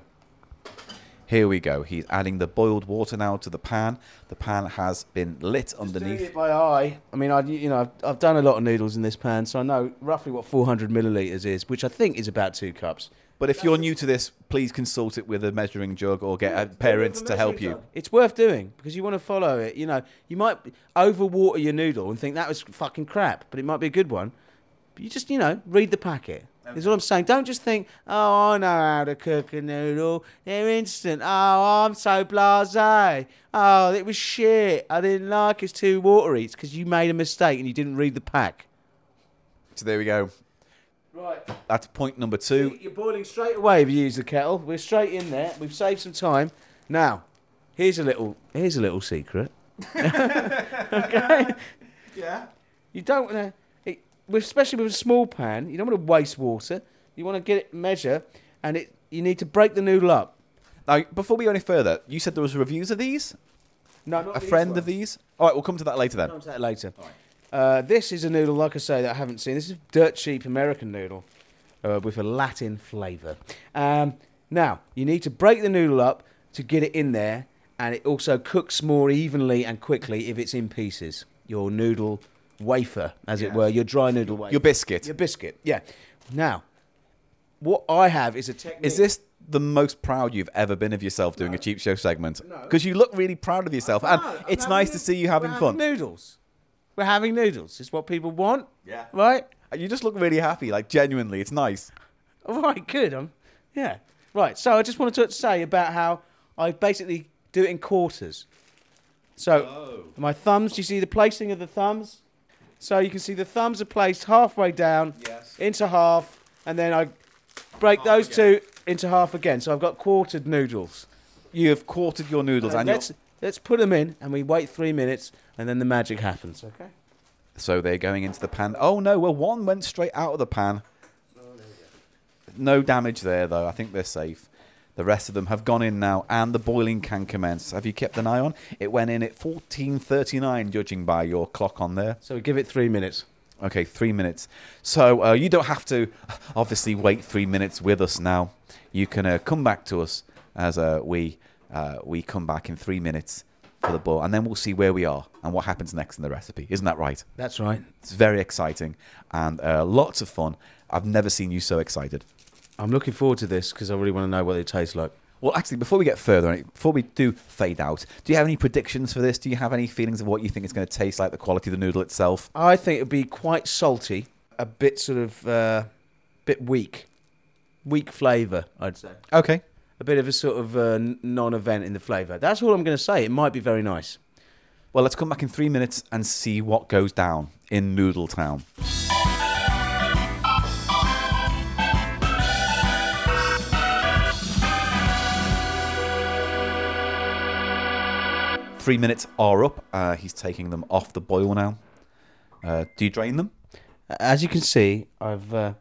S2: Here we go. He's adding the boiled water now to the pan. The pan has been lit underneath.
S3: it by eye. I mean, I you know I've, I've done a lot of noodles in this pan, so I know roughly what 400 milliliters is, which I think is about two cups.
S2: But if you're new to this, please consult it with a measuring jug or get a parent to help you.
S3: It's worth doing because you want to follow it. You know, you might overwater your noodle and think that was fucking crap, but it might be a good one. But you just you know read the packet. Is what I'm saying. Don't just think, oh, I know how to cook a noodle. They're instant. Oh, I'm so blasé. Oh, it was shit. I didn't like it. It's too watery. It's because you made a mistake and you didn't read the pack.
S2: So there we go.
S3: Right.
S2: That's point number two.
S3: You're boiling straight away if you use the kettle. We're straight in there. We've saved some time. Now, here's a little here's a little secret. [laughs] okay.
S9: Yeah.
S3: You don't want to, especially with a small pan. You don't want to waste water. You want to get it measure, and it you need to break the noodle up.
S2: Now, before we go any further, you said there was reviews of these.
S3: No,
S2: a friend of these. All right, we'll come to that later then.
S3: Come to that later. Uh, this is a noodle, like I say, that I haven't seen. This is dirt cheap American noodle uh, with a Latin flavour. Um, now, you need to break the noodle up to get it in there, and it also cooks more evenly and quickly if it's in pieces. Your noodle wafer, as it were, your dry noodle wafer.
S2: Your biscuit.
S3: Your biscuit, yeah. Now, what I have is a technique.
S2: Is this the most proud you've ever been of yourself doing a cheap show segment? Because you look really proud of yourself, and it's nice to see you having
S3: We're
S2: fun.
S3: Noodles. We're having noodles. It's what people want.
S2: Yeah.
S3: Right?
S2: You just look really happy, like genuinely. It's nice.
S3: [laughs] All right, good. Um, yeah. Right. So I just wanted to say about how I basically do it in quarters. So my thumbs, do you see the placing of the thumbs? So you can see the thumbs are placed halfway down, yes. into half, and then I break those two into half again. So I've got quartered noodles.
S2: You have quartered your noodles, and, you're-
S3: let's let's put them in, and we wait three minutes, and then the magic happens. Okay.
S2: so they're going into the pan. Oh no! Well, one went straight out of the pan. No damage there, though. I think they're safe. The rest of them have gone in now, and the boiling can commence. Have you kept an eye on? It went in at 14:39, judging by your clock on there.
S3: So we give it three minutes.
S2: Okay, three minutes. So uh, you don't have to obviously wait three minutes with us now. You can uh, come back to us as uh, we uh, we come back in three minutes for the boil, and then we'll see where we are and what happens next in the recipe. Isn't that right?
S3: That's right.
S2: It's very exciting and uh, lots of fun. I've never seen you so excited.
S3: I'm looking forward to this because I really want to know what it tastes like.
S2: Well, actually, before we get further, on it, before we do fade out, do you have any predictions for this? Do you have any feelings of what you think it's going to taste like, the quality of the noodle itself?
S3: I think it'd be quite salty, a bit sort of, uh, bit weak, weak flavour. I'd say
S2: Okay.
S3: a bit of a sort of uh, n- non-event in the flavour. That's all I'm going to say. It might be very nice.
S2: Well, let's come back in three minutes and see what goes down in Noodle Town. Three minutes are up. Uh, he's taking them off the boil now. Uh, do you drain them?
S3: As you can see, I've. Uh,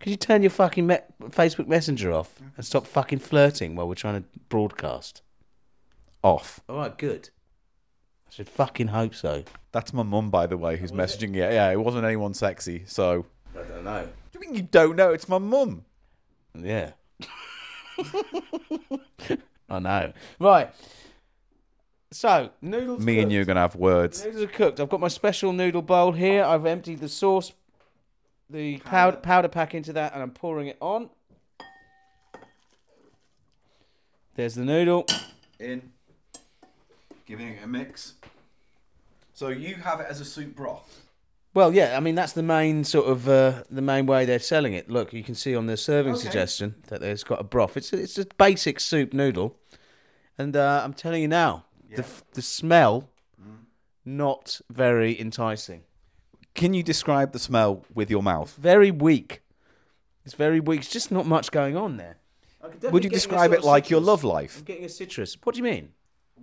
S3: could you turn your fucking me- Facebook Messenger off and stop fucking flirting while we're trying to broadcast?
S2: Off.
S3: All right, good. I should fucking hope so.
S2: That's my mum, by the way, who's messaging. Yeah, yeah, Oh, it wasn't anyone sexy, so.
S3: I don't know.
S2: Do you mean you don't know? It's my mum.
S3: Yeah. [laughs] I know. Right. So noodles.
S2: Me and you are going to have words.
S3: Noodles are cooked. I've got my special noodle bowl here. I've emptied the sauce, the powder, powder pack into that, and I'm pouring it on. There's the noodle.
S2: in, giving it a mix. So you have it as a soup broth.
S3: Well, yeah, I mean that's the main sort of uh, the main way they're selling it. Look, you can see on the serving suggestion that there's got a broth. It's a, it's a basic soup noodle, and uh, I'm telling you now, the f- the smell not very enticing.
S2: Can you describe the smell with your mouth?
S3: Very weak. It's very weak. It's just not much going on there.
S2: Would you describe it like your love life?
S3: I'm getting a citrus. What do you mean?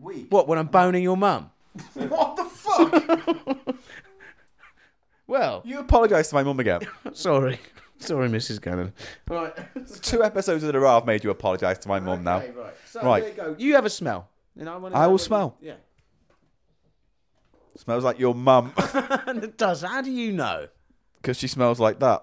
S3: Weak. What when I'm boning your [laughs] mum?
S2: What the fuck?
S3: [laughs] Well,
S2: you apologise to my mum [laughs] again.
S3: sorry, [laughs] sorry, Mrs. Gannon. Right,
S2: Two episodes in a row I've made you apologise to my mum now.
S3: right. So
S2: Right.
S3: there you go. You have a smell. And I, wanna
S2: I
S3: know
S2: will
S3: what you-
S2: smell.
S3: Yeah.
S2: Smells like your mum. [laughs]
S3: and it does. How do you know?
S2: Because she smells like that.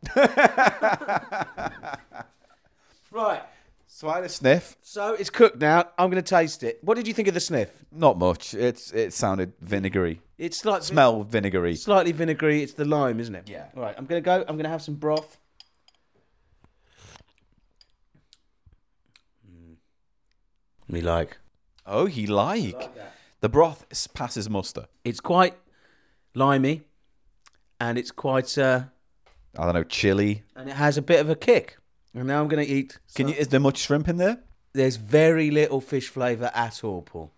S2: [laughs]
S3: Right.
S2: So I had a sniff.
S3: So it's cooked now. I'm going to taste it. What did you think of the sniff?
S2: Not much. It's It sounded vinegary.
S3: It's like
S2: Smell vinegary.
S3: Slightly vinegary. It's the lime, isn't it? Yeah. All right. I'm going to go. I'm going to have some broth. Mm. Me like.
S2: Oh, he like. the broth s- passes muster.
S3: It's quite limey, and it's quite. Uh,
S2: I don't know, chili.
S3: and it has a bit of a kick. And now I'm going to eat.
S2: Can you? Is there much shrimp in there?
S3: There's very little fish flavour at all, Paul.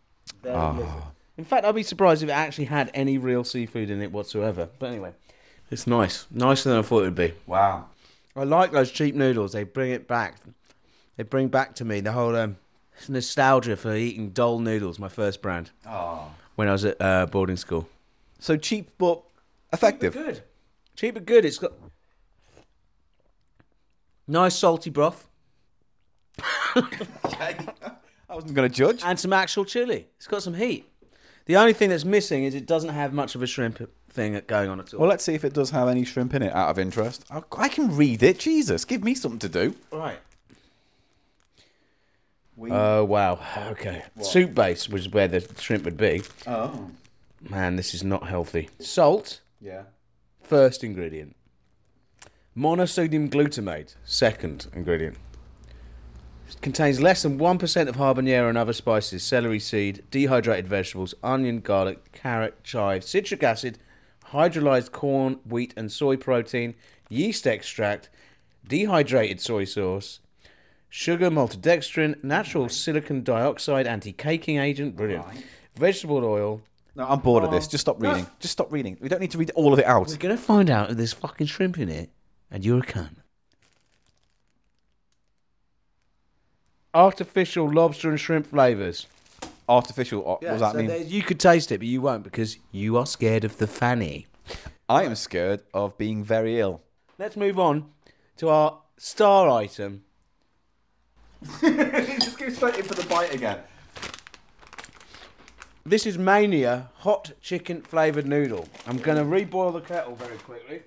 S3: Very little. In fact, I'd be surprised if it actually had any real seafood in it whatsoever. But anyway, it's nice. Nicer than I thought it would be. Wow. I like those cheap noodles. They bring it back. They bring back to me the whole um, nostalgia for eating Dole noodles, my first brand.
S2: Oh.
S3: When I was at uh, boarding school.
S2: So cheap but effective.
S3: good. Cheap but good. It's got nice salty broth.
S2: I wasn't going to judge.
S3: And some actual chili. It's got some heat. The only thing that's missing is it doesn't have much of a shrimp thing going on at all.
S2: Well, let's see if it does have any shrimp in it out of interest. I, I can read it. Jesus, give me something to do.
S3: Right. Oh wow. Okay. Soup base was where the shrimp would be.
S2: Oh.
S3: Man, this is not healthy. Salt,
S2: Yeah.
S3: first ingredient. Monosodium glutamate, second ingredient. Contains less than 1% of habanero and other spices, celery seed, dehydrated vegetables, onion, garlic, carrot, chive, citric acid, hydrolyzed corn, wheat, and soy protein, yeast extract, dehydrated soy sauce, sugar, maltodextrin, natural silicon dioxide, anti caking agent, brilliant, vegetable oil.
S2: Oh. No, I'm bored of this. Just stop reading. Just stop reading. We don't need to read all of it out.
S3: We're going to find out if there's fucking shrimp in it, and you're a cunt. Artificial lobster and shrimp flavours.
S2: Artificial. What does that mean?
S3: You could taste it, but you won't because you are scared of the fanny.
S2: I am scared of being very [laughs] ill.
S3: Let's move on to our star item.
S2: Just go straight in for the bite again.
S3: This is Mania hot chicken flavoured noodle. I'm going to reboil the kettle very quickly.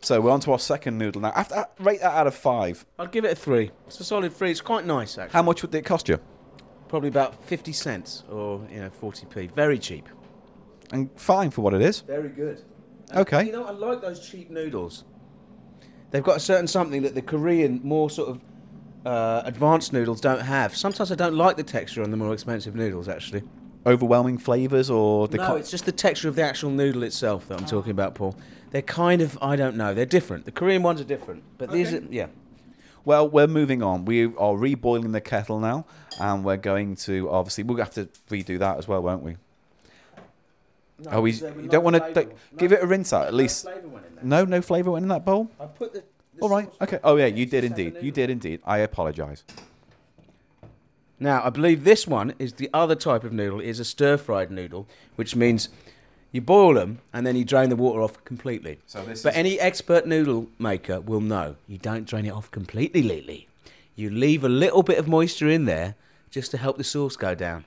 S2: So we're on to our second noodle now. After, uh, rate that out of five.
S3: I'll give it a three. It's a solid three. It's quite nice, actually.
S2: How much would it cost you?
S3: Probably about 50 cents or, you know, 40p. Very cheap.
S2: And fine for what it is.
S3: Very good.
S2: Okay.
S3: You know, I like those cheap noodles. They've got a certain something that the Korean, more sort of uh, advanced noodles don't have. Sometimes I don't like the texture on the more expensive noodles, actually.
S2: Overwhelming flavors or the
S3: no,
S2: co-
S3: it's just the texture of the actual noodle itself that I'm talking about, Paul. They're kind of, I don't know, they're different. The Korean ones are different, but these are, yeah.
S2: Well, we're moving on. We are reboiling the kettle now, and we're going to obviously we'll have to redo that as well, won't we? oh, we you don't want to give it a rinse out at least. No, no flavour went in that bowl.
S3: I put the.
S2: All right, okay. Oh yeah, you did indeed. You did indeed. I apologise.
S3: Now, I believe this one is the other type of noodle, is a stir fried noodle, which means you boil them and then you drain the water off completely.
S2: So this
S3: but
S2: is-
S3: any expert noodle maker will know you don't drain it off completely, Lily. You leave a little bit of moisture in there just to help the sauce go down.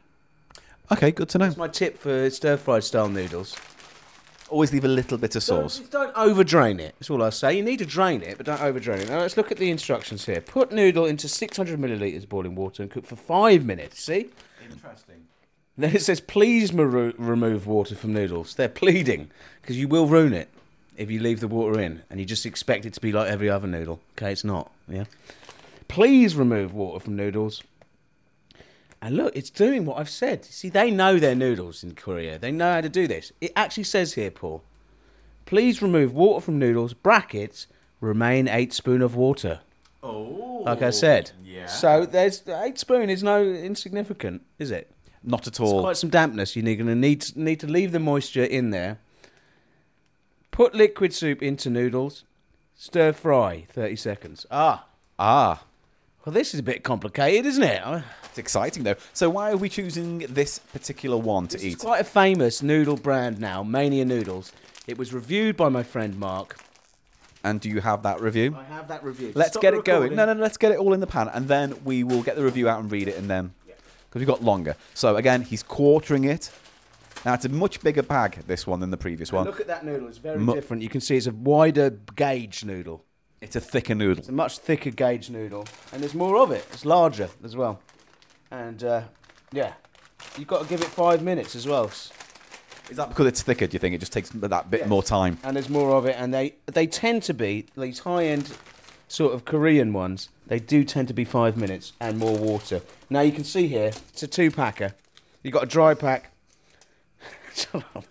S2: Okay, good to know.
S3: My tip for stir fried style noodles
S2: Always leave a little bit of sauce.
S3: don't, don't overdrain it. That's all I say. You need to drain it, but don't overdrain it. Now let's look at the instructions here. Put noodle into 600 milliliters boiling water and cook for five minutes. See?
S2: Interesting.
S3: Then it says, please maru- remove water from noodles. They're pleading because you will ruin it if you leave the water in and you just expect it to be like every other noodle. Okay, it's not. Yeah. Please remove water from noodles. And look, it's doing what I've said. See, they know their noodles in Korea. They know how to do this. It actually says here, Paul, please remove water from noodles, brackets, remain eight spoon of water. Oh. Like I said. Yeah. So there's eight spoon is no insignificant, is it?
S2: Not at
S3: It's
S2: all.
S3: quite some dampness. You're going to need need to leave the moisture in there. Put liquid soup into noodles. Stir fry 30 seconds. Ah,
S2: Ah,
S3: well, this is a bit complicated, isn't it? Uh,
S2: it's exciting though. So why are we choosing this particular one to eat?
S3: It's quite a famous noodle brand now, Mania Noodles. It was reviewed by my friend Mark.
S2: And do you have that review?
S3: I have that review.
S2: Let's get it going. No, no, no, let's get it all in the pan, and then we will get the review out and read it, and then because we've got longer. So again, he's quartering it. Now it's a much bigger bag this one than the previous one.
S3: Look at that noodle; it's very
S2: Mu-
S3: different. You can see it's a wider gauge noodle.
S2: It's a thicker noodle.
S3: It's a much thicker gauge noodle, and there's more of it. It's larger as well, and uh, yeah, you've got to give it five minutes as well. S-
S2: Is that because it's thicker? Do you think it just takes that bit more time?
S3: And there's more of it, and they they tend to be these high-end sort of Korean ones. They do tend to be five minutes and more water. Now you can see here it's a two-packer. You've got a dry pack, [laughs] Shut up.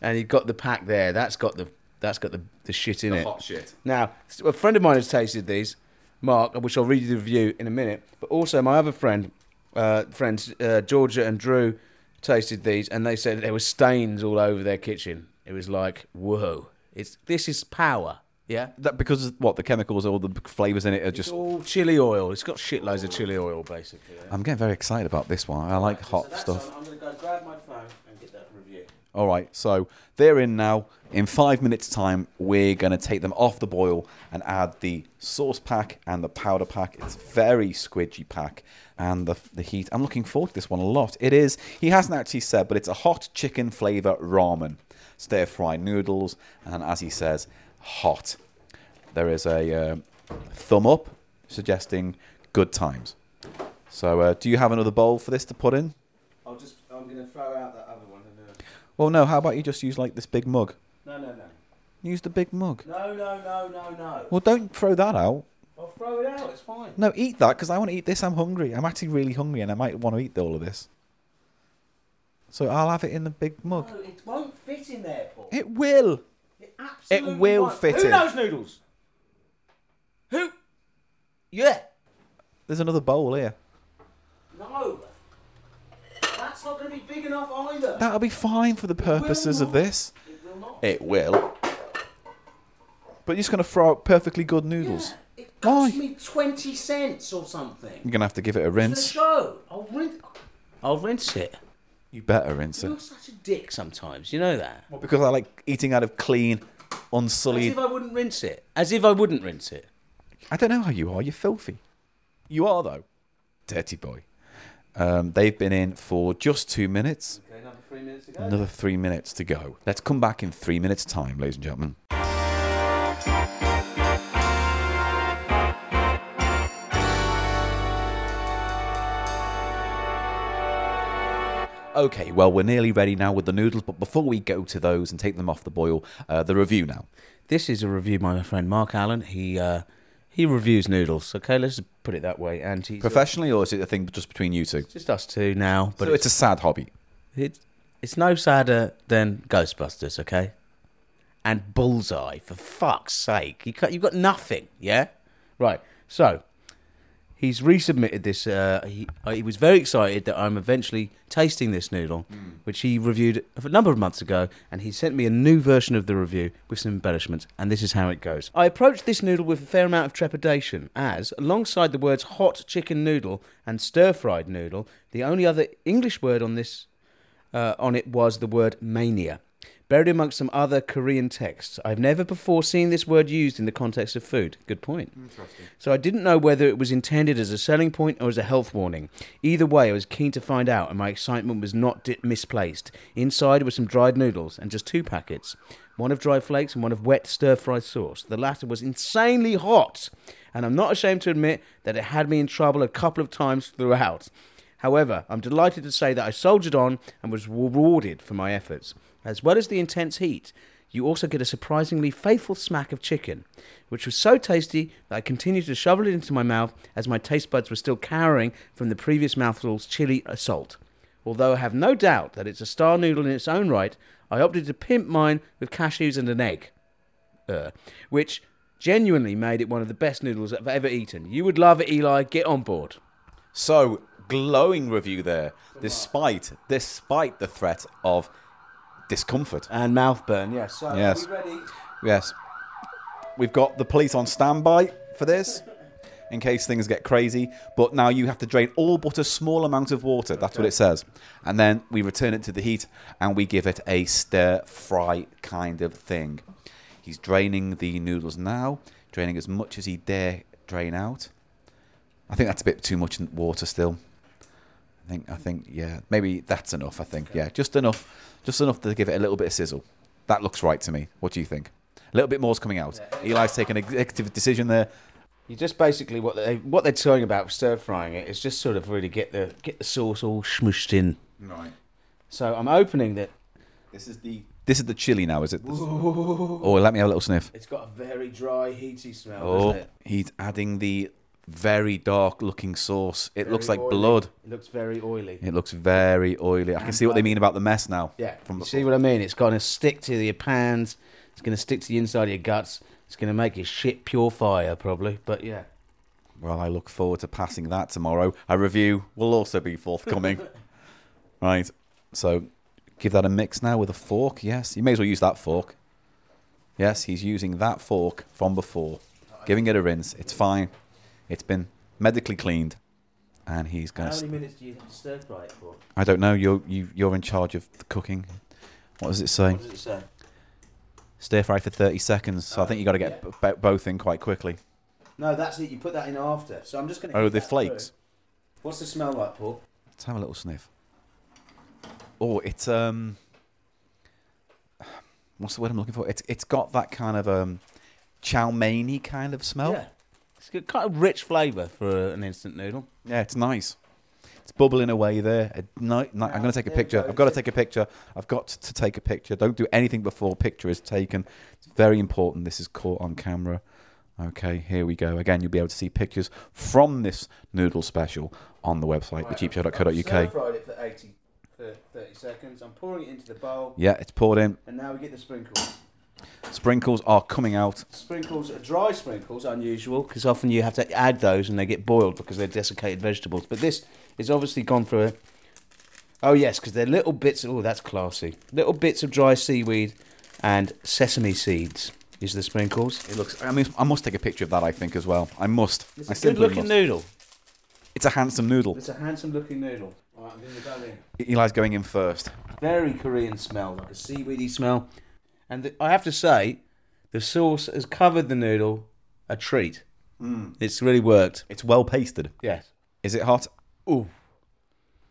S3: and you've got the pack there. That's got the that's got the, the shit in
S2: The
S3: it.
S2: hot shit.
S3: Now, s- a friend of mine has tasted these, Mark, which I'll read you the review in a minute. But also, my other friend, uh, friends uh, Georgia and Drew, tasted these, and they said there were stains all over their kitchen. It was like, whoa, it's this is power. Yeah.
S2: That because what the chemicals, all the flavors in it are just.
S3: All chili oil. It's got shitloads of chili oil, basically.
S2: I'm getting very excited about this one. I like hot stuff.
S3: I'm going to go grab my phone and get that review.
S2: All right, so they're in now. In five minutes' time, we're going to take them off the boil and add the sauce pack and the powder pack. It's very squidgy pack and the, the heat. I'm looking forward to this one a lot. It is, he hasn't actually said, but it's a hot chicken flavor ramen, stir fry noodles, and as he says, hot. There is a um thumb up suggesting good times. So, uh, do you have another bowl for this to put in?
S3: I'll just. I'm going to throw out that other one.
S2: Well, no, how about you just use like this big mug?
S3: No, no, no.
S2: Use the big mug.
S3: No, no, no, no, no.
S2: Well, don't throw that out.
S3: I'll throw it out. It's fine.
S2: No, eat that because I want to eat this. I'm hungry. I'm actually really hungry and I might want to eat all of this. So I'll have it in the big mug.
S3: No, it won't fit in there, Paul.
S2: It will.
S3: It absolutely
S2: It will
S3: won't.
S2: fit
S3: Who
S2: in.
S3: knows noodles? Who? Yeah.
S2: There's another bowl here.
S3: No. That's not going to be big enough either.
S2: That'll be fine for the purposes of this.
S3: It will not.
S2: It will. But you're just going to throw out perfectly good noodles.
S3: It cost me 20 cents or something.
S2: You're going to have to give it a
S3: For the
S2: rinse.
S3: show. I'll rinse, I'll rinse it.
S2: You better rinse it.
S3: You're such a dick sometimes. You know that.
S2: Because I like eating out of clean,
S3: As
S2: unsullied.
S3: if I wouldn't rinse it. As if I wouldn't rinse it.
S2: I don't know how you are. You're filthy. You are though. Dirty boy. Um, they've been in for just two minutes.
S3: another three minutes to
S2: Another three minutes to go. Let's come back in three minutes' time, ladies and gentlemen. Okay, well, we're nearly ready now with the noodles, but before we go to those and take them off the boil, uh, the review now.
S3: This is a review by my friend Mark Allen. He uh, he reviews noodles. Okay, let's put it that way. And he's uh,
S2: Professionally, or is it a thing just between you two?
S3: just us two now. But
S2: so it's, a sad hobby.
S3: It, it's no sadder than Ghostbusters, okay? And Bullseye, for fuck's sake. You can't, you've got nothing, yeah? Right, so he's resubmitted this. Uh, he, uh, he was very excited that I'm eventually tasting this noodle, which he reviewed a number of months ago, and he sent me a new version of the review with some embellishments, and this is how it goes. I approached this noodle with a fair amount of trepidation, as, alongside the words hot chicken noodle and stir fried noodle, the only other English word on this uh, on it was the word mania, buried amongst some other Korean texts. I've never before seen this word used in the context of food. Good point. So I didn't know whether it was intended as a selling point or as a health warning. Either way, I was keen to find out, and my excitement was not di- misplaced. Inside were some dried noodles and just two packets one of dry flakes and one of wet stir fry sauce. The latter was insanely hot, and I'm not ashamed to admit that it had me in trouble a couple of times throughout. However, I'm delighted to say that I soldiered on and was rewarded for my efforts. As well as the intense heat, you also get a surprisingly faithful smack of chicken, which was so tasty that I continued to shovel it into my mouth as my taste buds were still cowering from the previous mouthful's chili assault. Although I have no doubt that it's a star noodle in its own right, I opted to pimp mine with cashews and an egg, uh, which genuinely made it one of the best noodles I've ever eaten. You would love it, Eli. Get on board.
S2: So glowing review there, despite despite the threat of discomfort
S3: and mouth burn. Yes. So
S2: yes. Yes. We've got the police on standby for this. In case things get crazy, but now you have to drain all but a small amount of water. That's what it says. And then we return it to the heat and we give it a stir fry kind of thing. He's draining the noodles now, draining as much as he dare drain out. I think that's a bit too much water still. I think I think yeah, maybe that's enough. I think yeah, just enough, just enough to give it a little bit of sizzle. That looks right to me. What do you think? A little bit more's coming out. Eli's taking an executive decision there.
S3: You just basically what they what they're talking about stir frying it is just sort of really get the get the sauce all smushed in.
S2: Right.
S3: So I'm opening that.
S2: This is the This is the chili now, is it? This- Oh, let me have a little sniff.
S3: It's got a very dry, heaty smell,
S2: Oh,
S3: doesn't it?
S2: he's adding the very dark looking sauce. It looks
S3: Very
S2: like
S3: oily.
S2: blood.
S3: It looks very oily.
S2: It looks very oily. I can see what they mean about the mess now.
S3: Yeah. you see what I mean? It's going to stick to your pans. It's going to stick to the inside of your guts. It's going to make your shit pure fire, probably. But yeah.
S2: Well, I look forward to passing that tomorrow. A review will also be
S3: [laughs]
S2: forthcoming. right. So give that a mix now with a fork. Yes. You may as well use that fork. Yes, he's using that fork from before, giving it a rinse. It's fine. It's been medically cleaned. And he's going to.
S3: minutes do you have to stir fry it for?
S2: I don't know. You're, you, you're in charge of the cooking. What does it say?
S3: What does it say?
S2: Stir fry for 30 seconds. So I think you got to get b- b- both in quite quickly.
S3: Uh, No, that's it. You put that in after. So I'm just going to.
S2: Oh, the flakes.
S3: What's the smell like, Paul?
S2: Let's have a little sniff. Oh, it's um, what's the word I'm looking for? It's it's got that kind of um, chow mein-y kind of smell.
S3: Yeah. It's got quite a rich flavour for an instant noodle.
S2: Yeah, it's nice. It's bubbling away there. A ni- ni- I'm going to take a
S3: there we
S2: picture.
S3: go.
S2: I've got to take a picture. I've got to take a picture. Don't do anything before picture is taken. It's very important. This is caught on camera. Okay, here we go. Again, you'll be able to see pictures from this noodle special on the website,
S3: Stir
S2: thecheapshow.co.uk.
S3: fried it for 80, for 30 seconds. I'm pouring it into the bowl.
S2: Yeah, it's poured in.
S3: And now we get the sprinkles.
S2: Sprinkles are coming out.
S3: Sprinkles are dry sprinkles, unusual, because often you have to add those and they get boiled because they're desiccated vegetables. But this is obviously gone through a. Oh, yes, because they're little bits. Oh, that's classy. Little bits of dry seaweed and sesame seeds is the sprinkles.
S2: It looks. I mean, I must take a picture of that. I think as well. I must.
S3: It's
S2: I
S3: a
S2: simply must.
S3: good-looking noodle.
S2: It's a handsome noodle.
S3: It's a handsome looking noodle. All right, I'm going to go in.
S2: Eli's going in first.
S3: Very Korean smell, like a seaweedy smell. And the, I have to say, the sauce has covered the noodle a treat.
S2: Mm.
S3: It's really worked.
S2: It's well pasted.
S3: Yes.
S2: Is it hot?
S3: Ooh.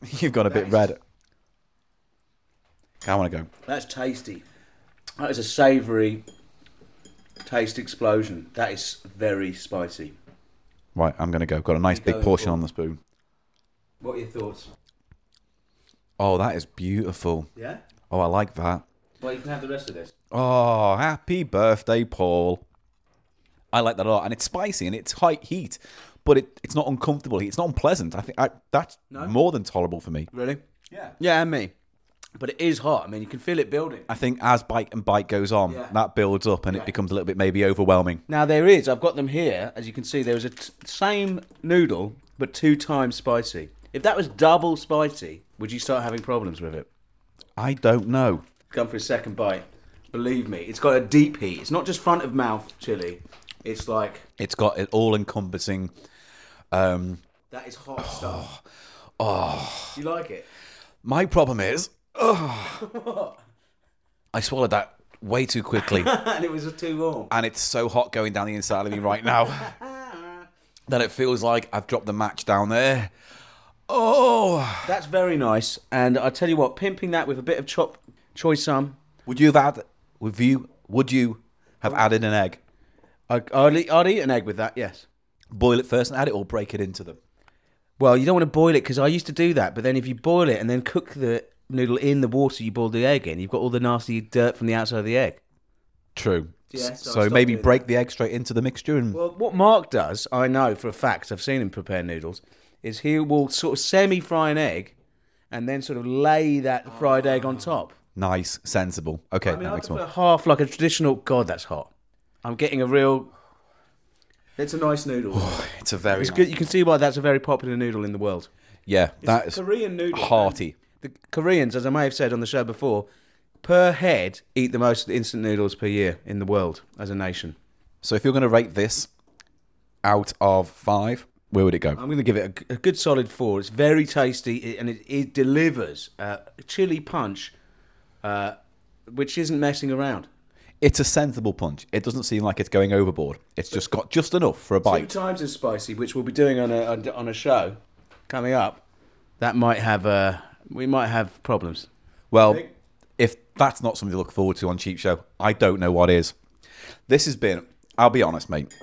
S2: [laughs] You've got a bit red. I want to go.
S3: That's tasty. That is a savoury taste explosion. That is very spicy.
S2: Right, I'm going to go. Got a nice
S3: You
S2: big
S3: go
S2: portion
S3: for-
S2: on the spoon.
S3: What are your thoughts?
S2: Oh, that is beautiful.
S3: Yeah?
S2: Oh, I like that.
S3: Well, you can have the rest of this.
S2: Oh, happy birthday, Paul. I like that a lot, and it's spicy and it's high heat, but it, it's not uncomfortable. heat. It's not unpleasant. I think I, that's more than tolerable for me.
S3: Really? Yeah. Yeah, and me. But it is hot. I mean, you can feel it building.
S2: I think as bite and bite goes on,
S3: Yeah.
S2: that builds up and it becomes a little bit maybe overwhelming.
S3: Now there is. I've got them here. As you can see, there is a t- same noodle but two times spicy. If that was double spicy, would you start having problems with it?
S2: I don't know.
S3: Come for a second bite. Believe me, it's got a deep heat. It's not just front of mouth chili. It's like
S2: It's got an all-encompassing. Um,
S3: that is hot stuff.
S2: oh,
S3: You like it? [laughs]
S2: my problem is, [sighs] oh, I swallowed that way too
S3: [laughs]
S2: quickly,
S3: and it was too warm.
S2: and it's so hot going down the inside of me right
S3: [laughs]
S2: now that it feels like I've dropped the match down there. Oh,
S3: that's very nice. And I tell you what, pimping that with a bit of chop choy sum.
S2: Would you have had? Would you? Would you have added an egg?
S3: I, I'd, eat, I'd eat an egg with that. Yes.
S2: Boil it first and add it, or break it into them.
S3: Well, you don't want to boil it because I used to do that. But then if you boil it and then cook the noodle in the water you boiled the egg in, you've got all the nasty dirt from the outside of the egg.
S2: True.
S3: Yeah, so I
S2: so
S3: stopped
S2: maybe
S3: doing
S2: break the egg straight into the mixture and
S3: Well, what Mark does, I know for a fact, I've seen him prepare noodles, is he will sort of semi fry an egg and then sort of lay that fried egg on top.
S2: nice, sensible. Okay, that makes more.
S3: Half like a traditional. God, that's hot. I'm getting a real. It's a nice noodle.
S2: It's a very
S3: [sighs] It's
S2: nice-
S3: good. You can see why that's a very popular noodle in the world.
S2: Yeah,
S3: It's
S2: that is
S3: Korean noodle,
S2: Hearty.
S3: The Koreans, as I may have said on the show before, per head eat the most instant noodles per year in the world as a nation.
S2: So if you're going to rate this out of five, where would it go?
S3: I'm going to give it a, a good solid four. It's very tasty i- and it, it delivers uh, a chili punch, uh, which isn't messing around.
S2: It's a sensible punch. It doesn't seem like it's going overboard. It's just got just enough for a
S3: Two
S2: bite.
S3: times as spicy, which we'll be doing on a on a show coming up. that might have uh, we might have problems.
S2: Well, if that's not something to look forward to on Cheap Show, I don't know what is. This has been, I'll be honest, mate.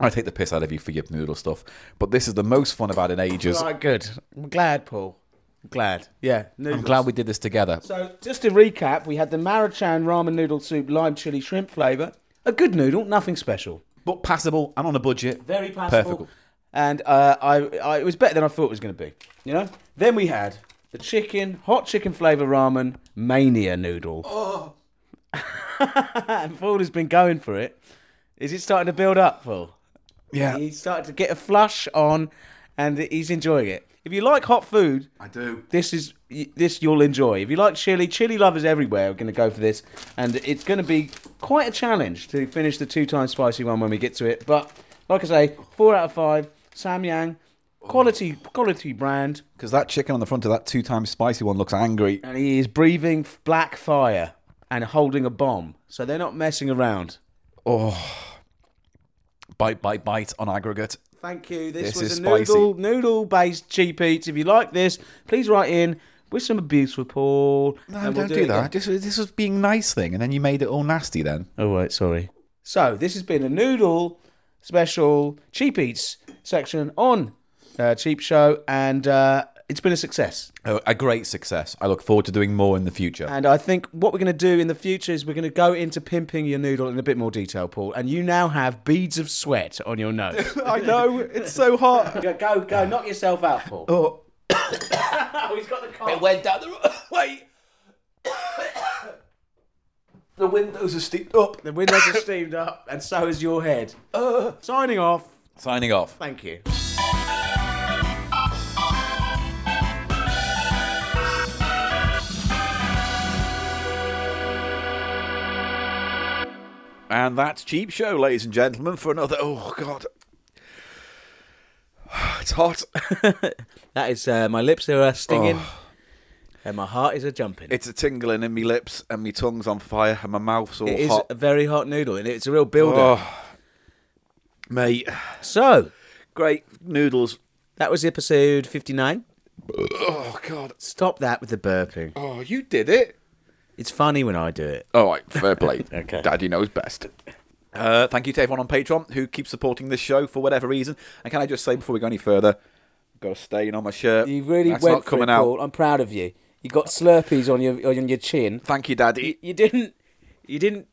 S2: I take the piss out of you for your noodle stuff, but this is the most fun I've had in ages.
S3: Right, good. I'm glad, Paul. I'm glad. Yeah,
S2: I'm glad we did this together.
S3: So just to recap, we had the Marachan ramen noodle soup, lime chili shrimp flavour. A good noodle, nothing special,
S2: but passable and on a budget.
S3: Very passable.
S2: Perfect.
S3: And uh, I, I, it was better than I thought it was going to be. You know. Then we had the chicken, hot chicken flavour ramen mania noodle.
S9: Oh.
S3: [laughs] and Paul has been going for it. Is it starting to build up, Paul?
S2: Yeah.
S3: He's starting to get a flush on, and he's enjoying it. If you like hot food,
S2: I do.
S3: This is this you'll enjoy. If you like chili, chili lovers everywhere are going to go for this, and it's going to be quite a challenge to finish the two times spicy one when we get to it. But like I say, four out of five. Samyang, quality quality brand,
S2: Because that chicken on the front of that two times spicy one looks angry.
S3: and he is breathing f- black fire and holding a bomb, so they're not messing around.
S2: Oh. Bite, bite, bite on aggregate.
S3: Thank you. This,
S2: This
S3: was
S2: is
S3: a
S2: spicy.
S3: noodle noodle based cheap eats. If you like this, please write in with some abuse for Paul.
S2: No,
S3: and we'll
S2: don't do,
S3: it again.
S2: that. Just, this was being nice thing, and then you made it all nasty then.
S3: Oh, right, sorry. So this has been a noodle special cheap eats section on uh, Cheap Show, and uh, it's been a success.
S2: Oh, a great success. I look forward to doing more in the future.
S3: And I think what we're going to do in the future is we're going to go into pimping your noodle in a bit more detail, Paul. And you now have beads of sweat on your nose.
S2: [laughs] I know it's so hot.
S3: go, go, go! Knock yourself out, Paul.
S2: Oh.
S3: oh, he's got the cough.
S9: It went down the road. [coughs] Wait.
S2: The windows are steeped
S9: Oh.
S2: up.
S3: The windows are steamed up, and so is your head. Signing off.
S2: Signing off.
S3: Thank you.
S2: And that's Cheap Show, ladies and gentlemen, for another. Oh, God. [sighs] It's hot. [laughs]
S3: That is uh, my lips are uh, stinging, and my heart is a jumping.
S2: It's a tingling in my lips, and my tongue's on fire, and my mouth's all
S3: It is
S2: hot.
S3: a very hot noodle, and it's a real builder.
S2: Oh, mate.
S3: So
S2: Great noodles.
S3: that was episode fifty-nine.
S2: Oh, God.
S3: Stop that with the burping.
S2: Oh, you did it.
S3: It's funny when I do it.
S2: All right, fair
S3: [laughs]
S2: play. okay. Daddy knows best. Uh, thank you to everyone on Patreon who keeps supporting this show for whatever reason. And can I just say before we go any further, I've got a stain on my shirt.
S3: You really
S2: That's
S3: went
S2: not
S3: for
S2: coming
S3: it,
S2: out.
S3: Paul. I'm proud of you. You got Slurpees on your on your chin.
S2: Thank you, Daddy.
S3: You didn't. You didn't.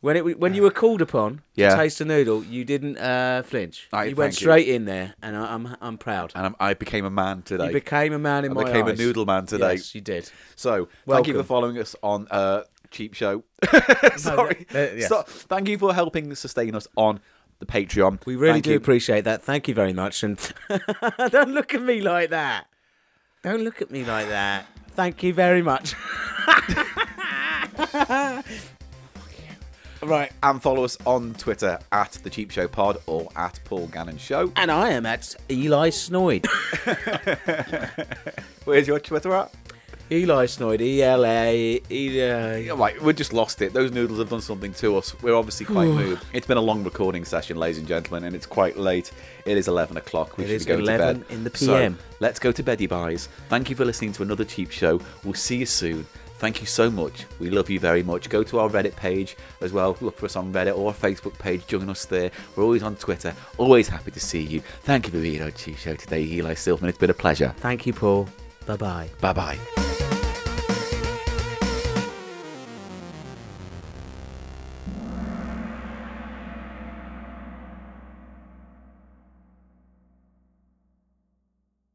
S3: When it when you were called upon
S2: Yeah.
S3: to taste a noodle, you didn't uh, flinch.
S2: Aye,
S3: you went
S2: thank you.
S3: straight in there, and I, I'm I'm proud.
S2: And I'm, I became a man today.
S3: You became a man in
S2: I
S3: my
S2: became
S3: eyes.
S2: a noodle man today.
S3: Yes, you did.
S2: So thank you
S3: Welcome.
S2: for following us on uh, Cheap Show. [laughs] Sorry.
S3: that- yes.
S2: So- thank you for helping sustain us on the Patreon.
S3: We really
S2: Thank
S3: do
S2: you.
S3: appreciate that. Thank you very much. And [laughs] don't look at me like that. Don't look at me like that. Thank you very much. [laughs] right.
S2: and follow us on Twitter at the Cheap Show Pod or at Paul Gannon Show.
S3: And I am at Eli Snoid.
S2: Where's your Twitter at?
S3: Eli Snoid. E L A. E
S2: Yeah,
S3: L A.
S2: Right, we just lost it. Those noodles have done something to us. We're obviously quite moved. It's been a long recording session, ladies and gentlemen, and it's quite late. It is 11 o'clock. We
S3: It
S2: should
S3: is
S2: be going
S3: 11
S2: to bed.
S3: in the
S2: So,
S3: PM.
S2: let's go to beddy buys. Thank you for listening to another cheap show. We'll see you soon. Thank you so much. We love you very much. Go to our Reddit page as well. Look for us on Reddit or our Facebook page. Join us there. We're always on Twitter. Always happy to see you. Thank you for being on Cheap Show today, Eli Silverman. It's been a pleasure.
S3: Thank you, Paul. Bye bye.
S2: Bye bye.